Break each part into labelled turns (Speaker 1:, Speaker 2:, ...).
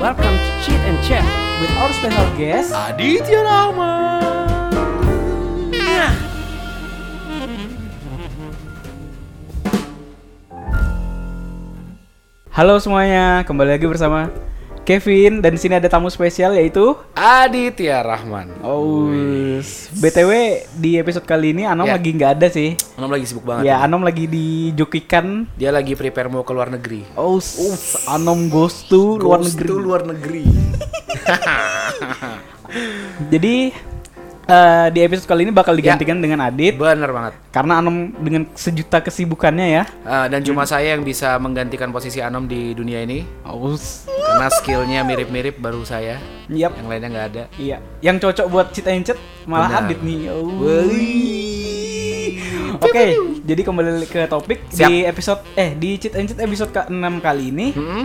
Speaker 1: Welcome to Cheat and Chat with our special guest.
Speaker 2: Aditya Rama.
Speaker 1: Halo semuanya, kembali lagi bersama Kevin dan di sini ada tamu spesial yaitu
Speaker 2: Aditya Rahman.
Speaker 1: Oh. Aus. BTW di episode kali ini Anom
Speaker 2: Ya. Oh, iya.
Speaker 1: lagi nggak ada sih.
Speaker 2: Anom lagi sibuk banget.
Speaker 1: Ya Anom lagi dijokikan.
Speaker 2: Dia lagi prepare mau ke luar negeri.
Speaker 1: Aus. Anom goes to luar
Speaker 2: Goes
Speaker 1: negeri.
Speaker 2: to luar negeri.
Speaker 1: Jadi eh, di episode kali ini
Speaker 2: Ya.
Speaker 1: bakal digantikan dengan Adit
Speaker 2: Bener banget.
Speaker 1: karena Anom dengan sejuta kesibukannya ya.
Speaker 2: Ah, dan cuma saya yang bisa menggantikan posisi Anom di dunia ini
Speaker 1: Aus.
Speaker 2: karena skillnya mirip-mirip baru saya.
Speaker 1: Yap.
Speaker 2: Yang lainnya nggak ada.
Speaker 1: Iya, yang cocok buat cheat and chat malah
Speaker 2: Benar.
Speaker 1: Adit nih. Oh. Oke, jadi kembali ke topik
Speaker 2: Siap.
Speaker 1: di episode eh di cheat and chat episode ke-6 kali ini
Speaker 2: Mm-mm.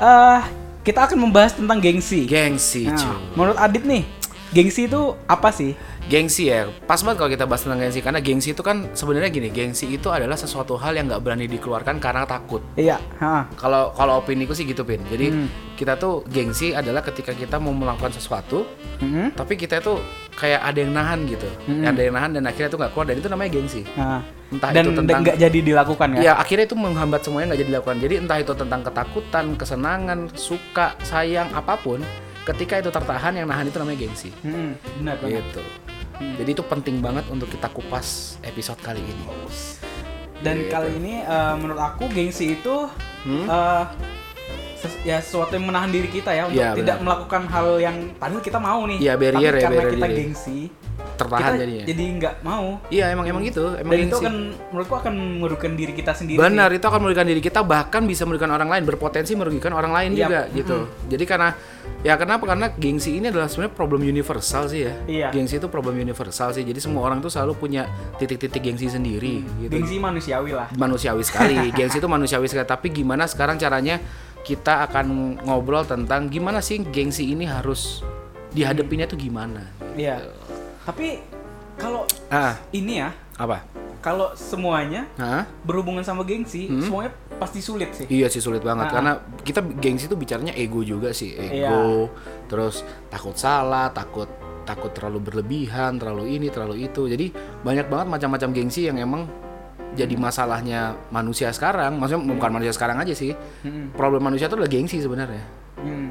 Speaker 1: eh kita akan membahas tentang gengsi.
Speaker 2: Gengsi,
Speaker 1: Nah,
Speaker 2: cuy.
Speaker 1: menurut Adit nih, gengsi itu apa sih?
Speaker 2: Gengsi ya, pas banget kalau kita bahas tentang gengsi karena gengsi itu kan sebenarnya gini, gengsi itu adalah sesuatu hal yang nggak berani dikeluarkan karena takut.
Speaker 1: Iya, ha.
Speaker 2: Kalau kalau opini ku sih gitu pin. Jadi
Speaker 1: Hmm.
Speaker 2: kita tuh gengsi adalah ketika kita mau melakukan sesuatu,
Speaker 1: Mm-mm.
Speaker 2: tapi kita tuh kayak ada yang nahan gitu,
Speaker 1: Hmm.
Speaker 2: ada yang nahan dan akhirnya tuh nggak keluar dan itu namanya gengsi.
Speaker 1: Nah,
Speaker 2: Entah
Speaker 1: dan
Speaker 2: itu tentang
Speaker 1: nggak jadi dilakukan ya.
Speaker 2: Ya akhirnya itu menghambat semuanya nggak jadi dilakukan. Jadi entah itu tentang ketakutan, kesenangan, suka, sayang, apapun, ketika itu tertahan yang nahan itu namanya gengsi.
Speaker 1: Mm-mm, Hmm, benar benar. Hmm.
Speaker 2: Gitu. Jadi itu penting banget untuk kita kupas episode kali ini. Iya,
Speaker 1: Dan kali ini eh, menurut aku gengsi itu
Speaker 2: Hmm?
Speaker 1: eh, ses- ya sesuatu yang menahan diri kita ya untuk
Speaker 2: Iya,
Speaker 1: tidak
Speaker 2: benar.
Speaker 1: melakukan hal yang padahal kita mau nih.
Speaker 2: Iya, barrier
Speaker 1: Tapi
Speaker 2: ya,
Speaker 1: karena
Speaker 2: barrier
Speaker 1: kita
Speaker 2: diri.
Speaker 1: gengsi,
Speaker 2: Tertahan
Speaker 1: kita
Speaker 2: jadinya.
Speaker 1: jadi nggak mau.
Speaker 2: Iya emang emang gitu, emang
Speaker 1: Dan itu
Speaker 2: gengsi.
Speaker 1: akan menurutku akan merugikan diri kita sendiri.
Speaker 2: Benar, itu akan merugikan diri kita bahkan bisa merugikan orang lain, berpotensi merugikan orang lain
Speaker 1: Yap. Hmm.
Speaker 2: juga gitu. Jadi karena ya kenapa? Karena gengsi ini adalah sebenarnya problem universal sih ya.
Speaker 1: Iya.
Speaker 2: Gengsi itu problem universal sih. Jadi semua orang tuh selalu punya titik-titik gengsi sendiri gitu.
Speaker 1: Gengsi manusiawi lah.
Speaker 2: Manusiawi sekali. gengsi itu manusiawi sekali, tapi gimana sekarang caranya kita akan ngobrol tentang gimana sih gengsi ini harus dihadapinnya tuh gimana?
Speaker 1: Iya. Tapi kalau
Speaker 2: Ah,
Speaker 1: ini ya,
Speaker 2: apa?
Speaker 1: kalau semuanya
Speaker 2: Hah?
Speaker 1: berhubungan sama gengsi, semuanya pasti sulit sih.
Speaker 2: Hmm? Iya sih sulit
Speaker 1: Ah. Iya.
Speaker 2: banget karena kita gengsi tuh bicaranya ego juga sih, ego. Terus takut salah, takut takut terlalu berlebihan, terlalu ini, terlalu itu. Jadi banyak banget macam-macam gengsi yang emang jadi
Speaker 1: Hmm.
Speaker 2: masalahnya manusia sekarang. Maksudnya
Speaker 1: Iya.
Speaker 2: bukan manusia sekarang aja sih.
Speaker 1: Mm-mm.
Speaker 2: Problem manusia tuh adalah gengsi sebenarnya.
Speaker 1: Hmm.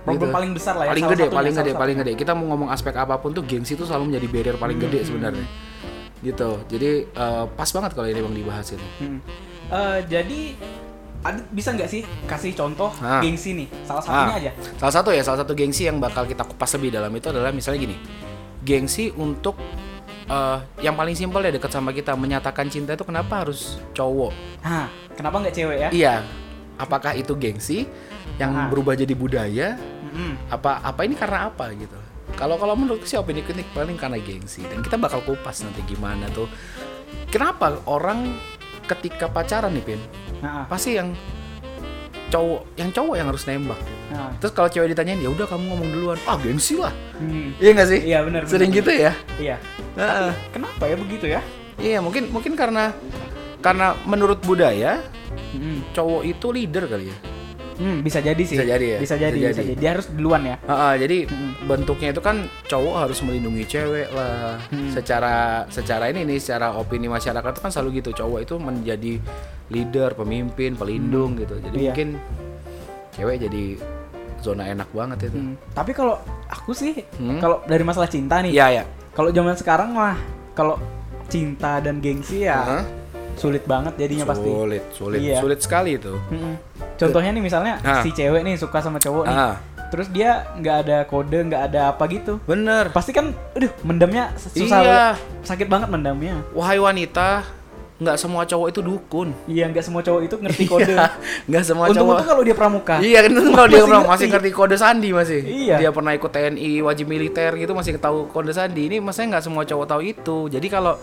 Speaker 1: Problem
Speaker 2: Gitu.
Speaker 1: paling besar lah ya.
Speaker 2: Paling
Speaker 1: salah
Speaker 2: gede,
Speaker 1: satunya, salah
Speaker 2: paling gede,
Speaker 1: satunya. Hmm.
Speaker 2: paling gede. Kita mau ngomong aspek apapun tuh gengsi tuh selalu menjadi barrier paling gede sebenarnya. Gitu. Jadi eh, pas banget kalau ini Bang dibahas ini.
Speaker 1: Hmm. Eh, jadi ada, bisa nggak sih kasih contoh
Speaker 2: Ah.
Speaker 1: gengsi nih salah satunya
Speaker 2: Ah,
Speaker 1: aja
Speaker 2: Salah satu ya, salah satu gengsi yang bakal kita kupas lebih dalam itu adalah misalnya gini. Gengsi untuk eh, yang paling simpel ya dekat sama kita menyatakan cinta itu kenapa harus cowok?
Speaker 1: Hah, kenapa nggak cewek ya
Speaker 2: Iya. Apakah itu gengsi yang
Speaker 1: Ah.
Speaker 2: berubah jadi budaya?
Speaker 1: Mm-mm.
Speaker 2: Apa apa ini karena apa gitu? Kalau kalau menurutku sih opini kritik paling karena gengsi dan kita bakal kupas nanti gimana tuh. Kenapa orang ketika pacaran nih Pin?
Speaker 1: Nah,
Speaker 2: Pasti yang cowok, yang cowok yang harus nembak.
Speaker 1: nah.
Speaker 2: Terus kalau cewek ditanyain, ya udah kamu ngomong duluan. Ah gengsi lah.
Speaker 1: Hmm.
Speaker 2: Iya nggak sih?
Speaker 1: iya benar benar.
Speaker 2: Sering gitu ya.
Speaker 1: iya
Speaker 2: Heeh.
Speaker 1: kenapa ya begitu ya
Speaker 2: Iya mungkin mungkin karena karena menurut budaya
Speaker 1: Mm-mm.
Speaker 2: cowok itu leader kali ya.
Speaker 1: Hmm, bisa jadi sih
Speaker 2: Bisa jadi ya?
Speaker 1: bisa jadi
Speaker 2: Bisa
Speaker 1: bisa
Speaker 2: jadi.
Speaker 1: jadi. Dia harus duluan ya
Speaker 2: Heeh, jadi bentuknya itu kan cowok harus melindungi cewek lah. Secara secara ini nih secara opini masyarakat itu kan selalu gitu cowok itu menjadi leader, pemimpin, pelindung gitu. Jadi
Speaker 1: Iya.
Speaker 2: mungkin cewek jadi zona enak banget itu.
Speaker 1: Hmm. tapi kalau aku sih
Speaker 2: Hmm.
Speaker 1: kalau dari masalah cinta nih
Speaker 2: Iya ya.
Speaker 1: kalau zaman sekarang mah kalau cinta dan gengsi ya
Speaker 2: Heeh.
Speaker 1: sulit banget jadinya pasti
Speaker 2: Sulit, sulit,
Speaker 1: Iya.
Speaker 2: sulit sekali itu.
Speaker 1: Mm-mm. contohnya nih misalnya
Speaker 2: Ah.
Speaker 1: si cewek nih suka sama cowok nih
Speaker 2: Ah,
Speaker 1: terus dia nggak ada kode nggak ada apa gitu
Speaker 2: bener.
Speaker 1: pasti kan aduh mendamnya susah
Speaker 2: Iya.
Speaker 1: sakit banget mendamnya
Speaker 2: Wahai wanita, nggak semua cowok itu dukun.
Speaker 1: iya nggak semua cowok itu ngerti kode
Speaker 2: Iya, Nggak semua
Speaker 1: untung
Speaker 2: cowok.
Speaker 1: untung kalau dia pramuka
Speaker 2: Iya kan kalau dia
Speaker 1: Masih
Speaker 2: pernah
Speaker 1: ngerti.
Speaker 2: masih ngerti kode sandi masih.
Speaker 1: Iya.
Speaker 2: Dia pernah ikut TNI wajib militer gitu masih tahu kode sandi. Ini maksudnya nggak semua cowok tahu itu. Jadi kalau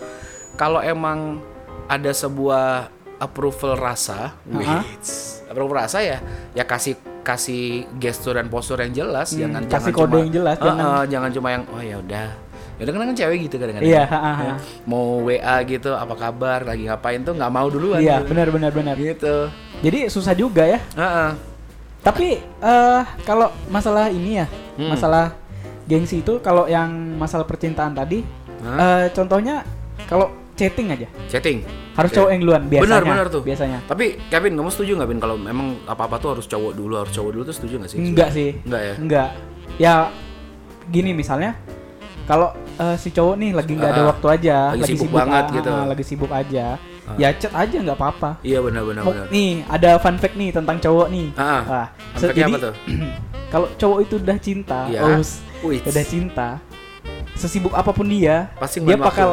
Speaker 2: kalau emang ada sebuah approval rasa,
Speaker 1: Aha.
Speaker 2: Wits. approval rasa ya, ya kasih kasih gestur dan postur yang jelas,
Speaker 1: Hmm,
Speaker 2: jangan
Speaker 1: kasih
Speaker 2: jangan
Speaker 1: kode
Speaker 2: cuma-
Speaker 1: yang jelas,
Speaker 2: Eh,
Speaker 1: jangan-
Speaker 2: eh, jangan cuma yang oh ya udah. Ya udah kan cewek gitu kadang-kadang.
Speaker 1: Iya,
Speaker 2: ya.
Speaker 1: ha, ha, ha.
Speaker 2: Mau WA gitu, apa kabar, lagi ngapain tuh nggak mau duluan.
Speaker 1: iya
Speaker 2: gitu.
Speaker 1: benar benar benar
Speaker 2: Gitu.
Speaker 1: jadi susah juga ya
Speaker 2: Heeh.
Speaker 1: Tapi eh kalau masalah ini ya,
Speaker 2: Hmm.
Speaker 1: masalah gengsi itu kalau yang masalah percintaan tadi eh contohnya kalau chatting aja
Speaker 2: Chatting.
Speaker 1: harus
Speaker 2: Chat-
Speaker 1: cowok yang duluan biasanya.
Speaker 2: Benar, benar tuh.
Speaker 1: Biasanya.
Speaker 2: Tapi Kevin, kamu setuju nggak Vin kalau memang apa-apa tuh harus cowok dulu, harus cowok dulu tuh setuju nggak sih?
Speaker 1: Enggak sih.
Speaker 2: Enggak ya?
Speaker 1: Enggak. Ya gini misalnya kalau eh, si cowok nih lagi nggak ada
Speaker 2: Ah,
Speaker 1: waktu aja,
Speaker 2: lagi sibuk banget
Speaker 1: ah,
Speaker 2: gitu.
Speaker 1: ah, lagi sibuk aja. Ya chat aja nggak apa-apa.
Speaker 2: Iya benar-benar.
Speaker 1: Mau-
Speaker 2: benar.
Speaker 1: nih ada fun fact nih tentang cowok nih.
Speaker 2: Ah, ah.
Speaker 1: Wah,
Speaker 2: Fun
Speaker 1: so-
Speaker 2: fact-nya
Speaker 1: jadi
Speaker 2: apa tuh?
Speaker 1: kalau cowok itu udah cinta,
Speaker 2: Iya.
Speaker 1: Ah, aus,
Speaker 2: Wih.
Speaker 1: udah cinta, sesibuk apapun dia,
Speaker 2: Pasti
Speaker 1: dia
Speaker 2: ngeluarin
Speaker 1: bakal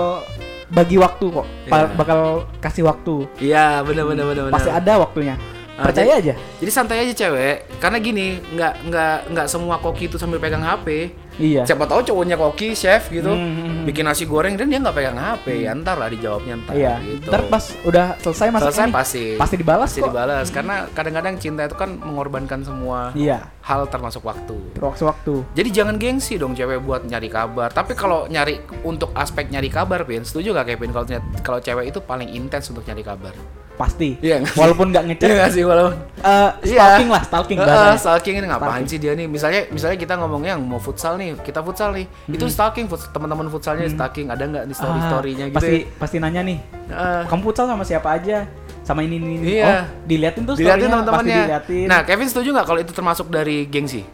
Speaker 1: bagi waktu kok, Pa-
Speaker 2: Iya.
Speaker 1: bakal kasih waktu.
Speaker 2: Iya benar-benar benar.
Speaker 1: Pasti ada waktunya.
Speaker 2: Ah,
Speaker 1: Percaya aja.
Speaker 2: Jadi santai aja cewek, karena gini nggak nggak nggak semua koki itu sambil pegang HP.
Speaker 1: Iya.
Speaker 2: Siapa tahu cowoknya koki, chef gitu,
Speaker 1: Hmm.
Speaker 2: bikin nasi goreng dan dia nggak pegang HP, ya ntar lah dijawabnya ntar.
Speaker 1: Iya.
Speaker 2: Gitu.
Speaker 1: Ntar pas udah selesai masuk
Speaker 2: Selesai
Speaker 1: ini,
Speaker 2: pasti.
Speaker 1: pasti dibalas
Speaker 2: Pasti
Speaker 1: kok.
Speaker 2: dibalas, karena kadang-kadang cinta itu kan mengorbankan semua
Speaker 1: Iya.
Speaker 2: hal termasuk waktu.
Speaker 1: Waktu-waktu.
Speaker 2: Jadi jangan gengsi dong cewek buat nyari kabar. Tapi kalau nyari untuk aspek nyari kabar, Pin, setuju gak Kevin kalau kalau cewek itu paling intens untuk nyari kabar?
Speaker 1: Pasti.
Speaker 2: Iya nggak sih?
Speaker 1: Walaupun nggak ngechat.
Speaker 2: Iya nggak sih walaupun
Speaker 1: eh, stalking lah, stalking
Speaker 2: Eh,
Speaker 1: bahasanya.
Speaker 2: eh, stalking ini ngapain sih dia nih? Misalnya misalnya kita ngomongnya yang mau futsal nih, kita futsal nih. Itu stalking futs- teman-teman futsalnya stalking ada nggak nih story
Speaker 1: Ah,
Speaker 2: storynya gitu.
Speaker 1: Pasti
Speaker 2: ya?
Speaker 1: pasti nanya nih.
Speaker 2: Eh,
Speaker 1: Kamu futsal sama siapa aja? Sama ini ini. ini.
Speaker 2: Iya.
Speaker 1: Oh, diliatin tuh
Speaker 2: diliatin
Speaker 1: story-nya,
Speaker 2: teman-temannya.
Speaker 1: Pasti diliatin.
Speaker 2: Nah, Kevin setuju nggak kalau itu termasuk dari gengsi?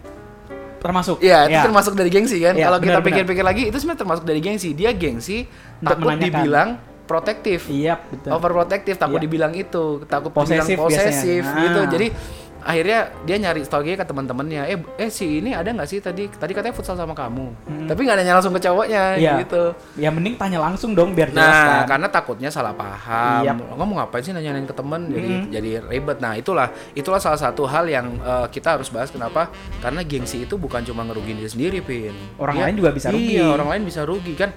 Speaker 1: termasuk.
Speaker 2: Iya, itu termasuk dari gengsi kan.
Speaker 1: Iya,
Speaker 2: kalau kita
Speaker 1: benar-benar.
Speaker 2: pikir-pikir lagi, itu sebenarnya termasuk dari gengsi. Dia gengsi
Speaker 1: Untuk
Speaker 2: takut
Speaker 1: menanyakan.
Speaker 2: dibilang protektif.
Speaker 1: Iya, betul.
Speaker 2: overprotective takut
Speaker 1: Iya.
Speaker 2: dibilang itu takut
Speaker 1: Posesif
Speaker 2: dibilang posesif
Speaker 1: biasanya.
Speaker 2: gitu
Speaker 1: Ah.
Speaker 2: jadi akhirnya dia nyari stalking ke teman-temannya eh eh si ini ada nggak sih tadi tadi katanya futsal sama kamu tapi nggak nanya langsung ke cowoknya
Speaker 1: Hmm. Iya.
Speaker 2: gitu
Speaker 1: Ya mending tanya langsung dong biar jelas
Speaker 2: nah
Speaker 1: kan. Iya.
Speaker 2: karena takutnya salah paham
Speaker 1: Yap.
Speaker 2: kamu ngapain sih nanyain ke temen jadi
Speaker 1: Hmm.
Speaker 2: jadi ribet nah itulah itulah salah satu hal yang eh, kita harus bahas kenapa karena gengsi itu bukan cuma ngerugiin diri sendiri pin
Speaker 1: Orang
Speaker 2: Iya.
Speaker 1: lain juga bisa rugi.
Speaker 2: iya orang lain bisa rugi kan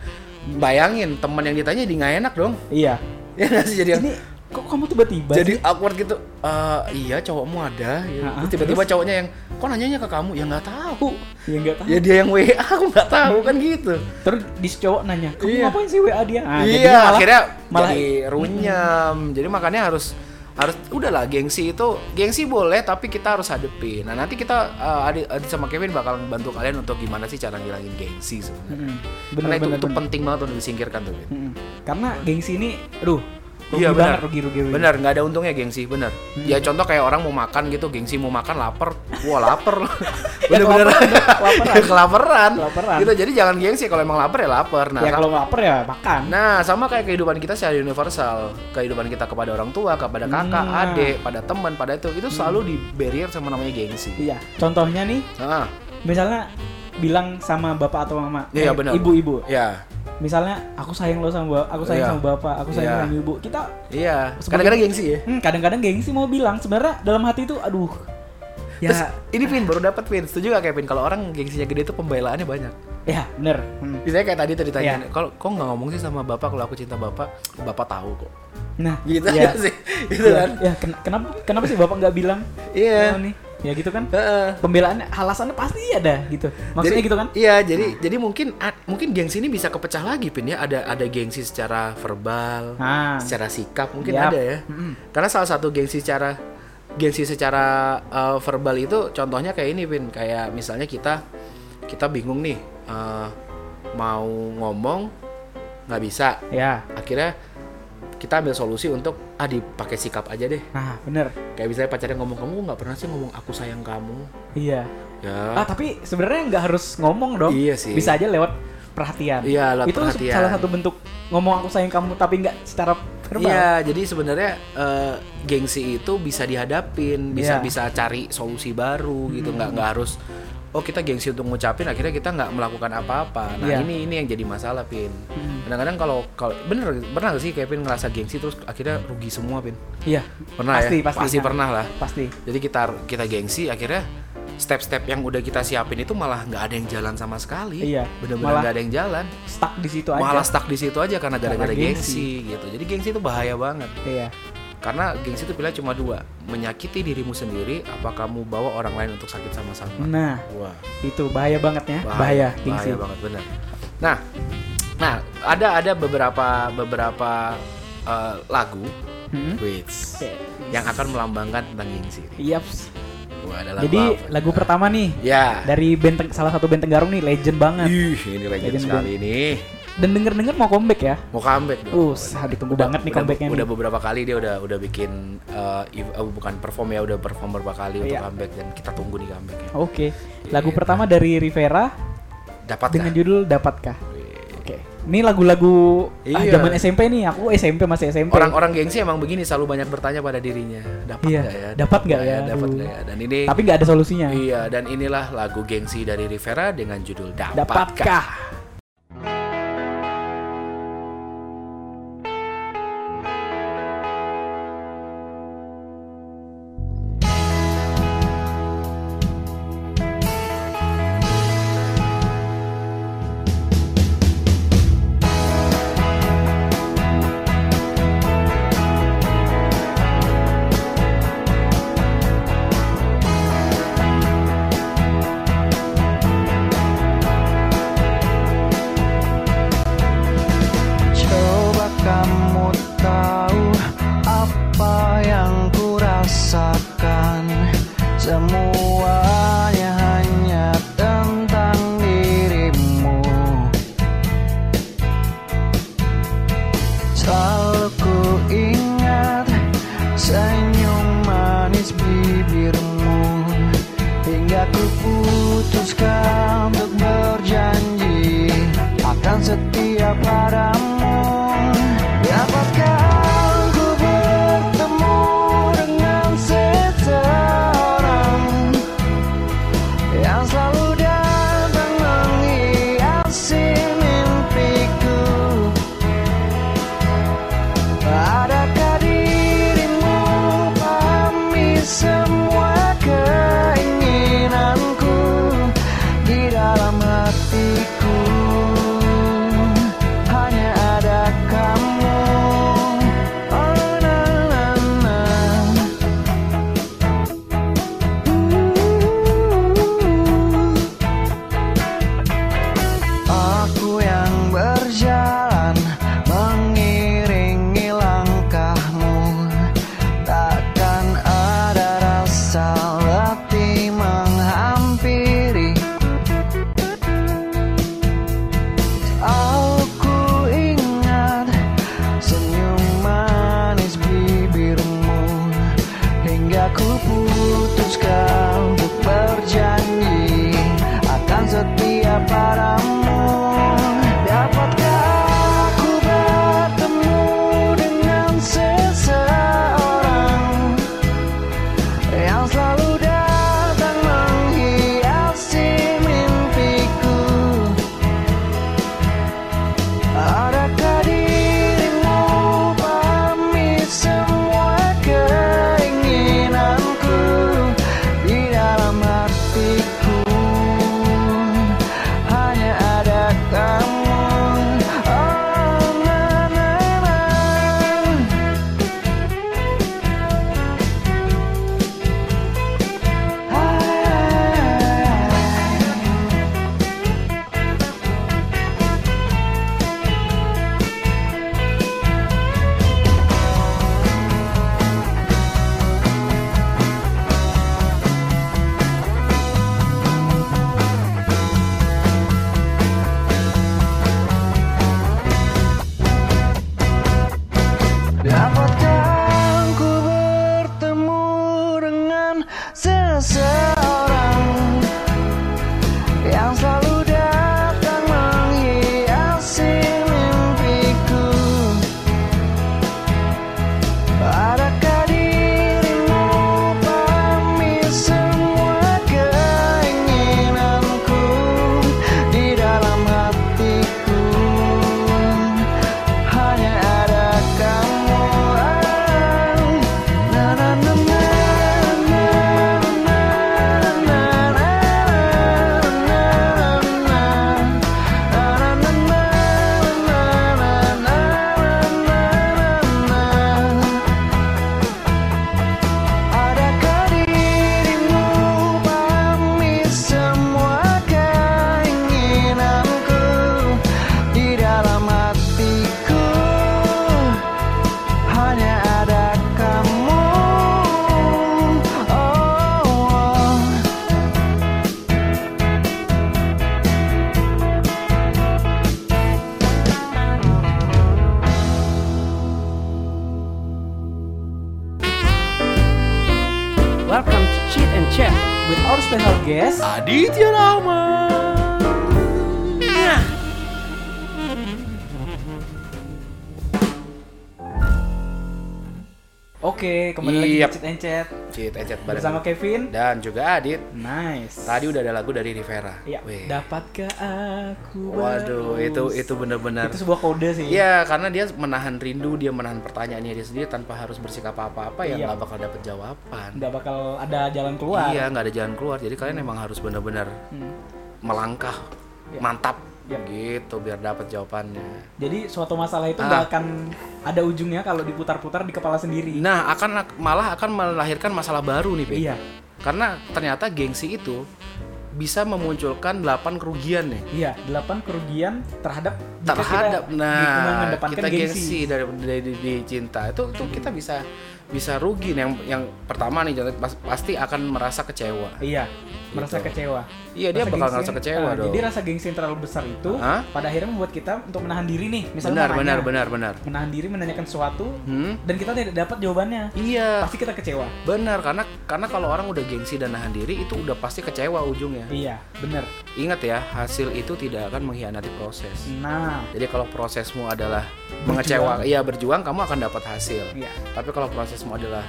Speaker 2: bayangin teman yang ditanya jadi nggak enak dong
Speaker 1: Iya.
Speaker 2: ya nggak sih jadi yang-
Speaker 1: Ini kok kamu tiba-tiba
Speaker 2: jadi
Speaker 1: sih?
Speaker 2: awkward gitu "Eh, iya cowokmu ada gitu.
Speaker 1: Ha-ha,
Speaker 2: Terus tiba-tiba cowoknya yang kok nanyanya ke kamu ya nggak tahu
Speaker 1: ya enggak tahu.
Speaker 2: ya dia yang WA aku nggak tahu kan gitu
Speaker 1: Terus di cowok nanya, "Kamu
Speaker 2: Iya.
Speaker 1: ngapain sih WA dia?" Ah,
Speaker 2: iya
Speaker 1: jadinya malah-
Speaker 2: akhirnya
Speaker 1: malah-
Speaker 2: jadi runyam jadi makanya harus harus udahlah gengsi itu gengsi boleh tapi kita harus hadepin nah nanti kita eh, Adi, Adi sama Kevin bakal bantu kalian untuk gimana sih cara ngilangin gengsi sebenarnya
Speaker 1: Mm-mm.
Speaker 2: karena
Speaker 1: Bener,
Speaker 2: itu,
Speaker 1: bener,
Speaker 2: itu
Speaker 1: bener.
Speaker 2: penting banget untuk disingkirkan tuh Vin.
Speaker 1: Mm-mm. Karena gengsi ini, aduh, rugi
Speaker 2: Iya, benar.
Speaker 1: banget, rugi, rugi, Hmm. rugi.
Speaker 2: Bener, nggak ada untungnya gengsi, bener. Ya contoh kayak orang mau makan gitu, gengsi mau makan lapar, wah lapar loh.
Speaker 1: Ya,
Speaker 2: Bener-bener
Speaker 1: kelaparan dong, kelaparan.
Speaker 2: Ya, kelaparan.
Speaker 1: Kelaparan.
Speaker 2: Gitu, jadi jangan gengsi kalau emang lapar ya lapar. Nah,
Speaker 1: ya
Speaker 2: sama-
Speaker 1: kalau lapar ya makan.
Speaker 2: nah sama kayak kehidupan kita secara universal, kehidupan kita kepada orang tua, kepada kakak,
Speaker 1: Nah.
Speaker 2: adik, pada teman, pada itu, itu selalu di barrier sama namanya gengsi.
Speaker 1: Iya. Contohnya nih,
Speaker 2: Nah,
Speaker 1: misalnya bilang sama bapak atau mama,
Speaker 2: Iya,
Speaker 1: eh,
Speaker 2: benar.
Speaker 1: ibu-ibu.
Speaker 2: ya,
Speaker 1: Misalnya aku sayang lo sama bapak, aku sayang
Speaker 2: Iya.
Speaker 1: sama bapak, aku sayang
Speaker 2: Iya.
Speaker 1: sama ibu. Kita
Speaker 2: iya.
Speaker 1: Sebagai-
Speaker 2: Kadang-kadang gengsi ya.
Speaker 1: hmm, kadang-kadang gengsi mau bilang, sebenarnya dalam hati itu aduh. Ya,
Speaker 2: Terus ini Pin baru dapat Pin. Setuju gak kayak Pin kalau orang gengsinya gede itu pembelaannya banyak.
Speaker 1: ya bener. Hmm.
Speaker 2: Misalnya kayak tadi tadi tanya,
Speaker 1: Iya.
Speaker 2: kalau kok nggak ngomong sih sama bapak kalau aku cinta bapak, bapak tahu kok.
Speaker 1: Nah,
Speaker 2: Gitu
Speaker 1: ya.
Speaker 2: aja sih, gitu
Speaker 1: Ya,
Speaker 2: kan?
Speaker 1: ya, ken- kenapa kenapa sih bapak nggak bilang? Oh,
Speaker 2: Iya.
Speaker 1: nih. Ya gitu kan.
Speaker 2: Heeh.
Speaker 1: Pembelaannya, alasannya pasti ada gitu. Maksudnya
Speaker 2: Jadi-
Speaker 1: gitu kan?
Speaker 2: Iya, jadi jadi mungkin a- mungkin gengsi ini bisa kepecah lagi Pin ya. Ada ada gengsi secara verbal,
Speaker 1: Nah,
Speaker 2: secara sikap mungkin
Speaker 1: Yap.
Speaker 2: ada ya. Karena salah satu gengsi secara gengsi secara uh, verbal itu contohnya kayak ini Pin, kayak misalnya kita kita bingung nih uh, mau ngomong nggak bisa
Speaker 1: ya.
Speaker 2: akhirnya kita ambil solusi untuk ah dipakai sikap aja deh
Speaker 1: Nah, bener.
Speaker 2: kayak misalnya pacarnya ngomong kamu nggak pernah sih ngomong aku sayang kamu
Speaker 1: Iya. Ah,
Speaker 2: ya
Speaker 1: tapi sebenarnya nggak harus ngomong dong.
Speaker 2: Iya sih.
Speaker 1: Bisa aja lewat perhatian.
Speaker 2: Iya, lewat
Speaker 1: Itu
Speaker 2: perhatian.
Speaker 1: salah satu bentuk ngomong aku sayang kamu tapi nggak secara verbal.
Speaker 2: iya jadi sebenarnya eh, gengsi itu bisa dihadapin bisa
Speaker 1: Iya.
Speaker 2: bisa cari solusi baru gitu nggak nggak harus oh kita gengsi untuk ngucapin akhirnya kita nggak melakukan apa-apa nah
Speaker 1: Iya. Hmm.
Speaker 2: ini ini yang jadi masalah pin kadang-kadang kalau kalau bener pernah nggak sih Kevin ngerasa gengsi terus akhirnya rugi semua pin
Speaker 1: Iya.
Speaker 2: pernah
Speaker 1: pasti,
Speaker 2: ya
Speaker 1: Pasti,
Speaker 2: pasti pernah lah
Speaker 1: Pasti.
Speaker 2: Jadi kita kita gengsi akhirnya step-step yang udah kita siapin itu malah nggak ada yang jalan sama sekali.
Speaker 1: Iya,
Speaker 2: Bener-bener
Speaker 1: malah-
Speaker 2: nggak ada yang jalan.
Speaker 1: Stuck di situ aja.
Speaker 2: Malah stuck di situ aja karena gara-gara
Speaker 1: Karena
Speaker 2: gengsi. gitu. Jadi gengsi itu bahaya banget.
Speaker 1: Iya.
Speaker 2: Karena gengsi itu pilihan cuma dua, menyakiti dirimu sendiri apa kamu bawa orang lain untuk sakit sama-sama.
Speaker 1: Nah,
Speaker 2: Wah,
Speaker 1: itu bahaya banget ya.
Speaker 2: bahaya,
Speaker 1: gengsi.
Speaker 2: bahaya banget benar. Nah, nah ada ada beberapa beberapa eh, lagu
Speaker 1: Hmm?
Speaker 2: which
Speaker 1: Oke.
Speaker 2: yang akan melambangkan tentang gengsi.
Speaker 1: Yaps.
Speaker 2: Wah, ada
Speaker 1: Jadi
Speaker 2: apa?
Speaker 1: lagu pertama nih
Speaker 2: Ya.
Speaker 1: dari band Teng- salah satu band Tenggarong nih legend banget.
Speaker 2: Ih, ini legend
Speaker 1: Legend
Speaker 2: sekali ini.
Speaker 1: Dan denger-denger mau comeback ya.
Speaker 2: Mau comeback dong.
Speaker 1: Uh, ditunggu banget nih
Speaker 2: Iya. udah,
Speaker 1: comebacknya
Speaker 2: udah
Speaker 1: nih.
Speaker 2: beberapa kali dia udah udah bikin eh, ev- eh, bukan perform ya udah perform beberapa kali untuk
Speaker 1: Iya.
Speaker 2: comeback dan kita tunggu nih comebacknya
Speaker 1: Oke. Lagu pertama dari Rivera
Speaker 2: dapat
Speaker 1: dengan judul Dapatkah. Oke. Ini lagu-lagu ah,
Speaker 2: Iya.
Speaker 1: zaman SMP nih. Aku SMP masih SMP.
Speaker 2: orang-orang gengsi emang begini selalu banyak bertanya pada dirinya dapat
Speaker 1: Iya,
Speaker 2: nggak ya
Speaker 1: dapat nggak ya?
Speaker 2: dapat
Speaker 1: Aduh.
Speaker 2: nggak ya dan ini
Speaker 1: tapi nggak ada solusinya.
Speaker 2: iya dan inilah lagu gengsi dari Rivera dengan judul dapatkah
Speaker 1: Dapatkah?
Speaker 3: Coba kamu tahu apa yang ku rasakan Semuanya hanya tentang dirimu Selalu ku ingat senyum manis bibirmu Hingga ku putuskan untuk berjanji Akan setia padamu Dapatkah ku bertemu dengan seseorang yang selalu datang menghiasi mimpiku Adakah dirimu pahami semua keinginanku di dalam hatiku? Hanya ada kamu. Oh na na na. Ooh. Aku yang berjalan mengiringi langkahmu Takkan ada rasa letih menghampiri Aku ingat senyum manis bibirmu Hingga ku putuskan untuk berjanji Akan setia padamu Dapatkah aku bertemu dengan seseorang Yang selalu datang Oh,
Speaker 1: Chat with our special guest.
Speaker 2: Aditya Rama.
Speaker 1: Oke, kembali lagi
Speaker 2: Yap.
Speaker 1: di Chat and Chat
Speaker 2: Cit Ecet bareng.
Speaker 1: bersama Kevin.
Speaker 2: Dan juga Adit.
Speaker 1: Nice.
Speaker 2: Tadi udah ada lagu dari Rivera.
Speaker 1: Iya.
Speaker 2: Weh.
Speaker 1: Dapatkah aku
Speaker 2: Waduh,
Speaker 1: berus?
Speaker 2: itu itu benar-benar.
Speaker 1: itu sebuah kode sih.
Speaker 2: Iya, karena dia menahan rindu, dia menahan pertanyaannya dia sendiri tanpa harus bersikap apa-apa ya
Speaker 1: Iya.
Speaker 2: nggak bakal dapet jawaban.
Speaker 1: Nggak bakal ada jalan keluar.
Speaker 2: Iya, nggak ada jalan keluar. Jadi kalian emang harus benar-benar
Speaker 1: Hmm.
Speaker 2: melangkah,
Speaker 1: Iya.
Speaker 2: mantap,
Speaker 1: Iya.
Speaker 2: gitu biar dapat jawabannya.
Speaker 1: Jadi suatu masalah itu
Speaker 2: Ah.
Speaker 1: nggak akan ada ujungnya kalau diputar-putar di kepala sendiri.
Speaker 2: Nah, akan malah akan melahirkan masalah baru nih, Pe.
Speaker 1: Iya.
Speaker 2: Karena ternyata gengsi itu bisa memunculkan 8 kerugian nih.
Speaker 1: Iya, 8 kerugian terhadap jika
Speaker 2: terhadap
Speaker 1: kita dikena
Speaker 2: nah
Speaker 1: mengedepankan
Speaker 2: kita gengsi dari, dari, dari cinta itu itu kita bisa bisa rugi Nah, yang yang pertama nih contoh, pas- pasti akan merasa kecewa
Speaker 1: Iya, merasa
Speaker 2: Gitu.
Speaker 1: kecewa.
Speaker 2: Iya, dia bakal
Speaker 1: gengsi-
Speaker 2: ngerasa kecewa
Speaker 1: eh,
Speaker 2: dong.
Speaker 1: Jadi rasa gengsi yang terlalu besar itu
Speaker 2: Hah?
Speaker 1: pada akhirnya membuat kita untuk menahan diri nih, misalnya
Speaker 2: benar
Speaker 1: nanya,
Speaker 2: benar benar benar
Speaker 1: menahan diri menanyakan sesuatu
Speaker 2: hmm?
Speaker 1: dan kita tidak dapat jawabannya.
Speaker 2: iya
Speaker 1: Pasti kita kecewa.
Speaker 2: benar karena karena kalau orang udah gengsi dan nahan diri itu udah pasti kecewa ujungnya
Speaker 1: Iya, benar.
Speaker 2: ingat ya hasil itu tidak akan mengkhianati proses
Speaker 1: Nah,
Speaker 2: jadi kalau prosesmu adalah mengecewakan iya berjuang kamu akan dapat hasil
Speaker 1: iya.
Speaker 2: tapi kalau prosesmu adalah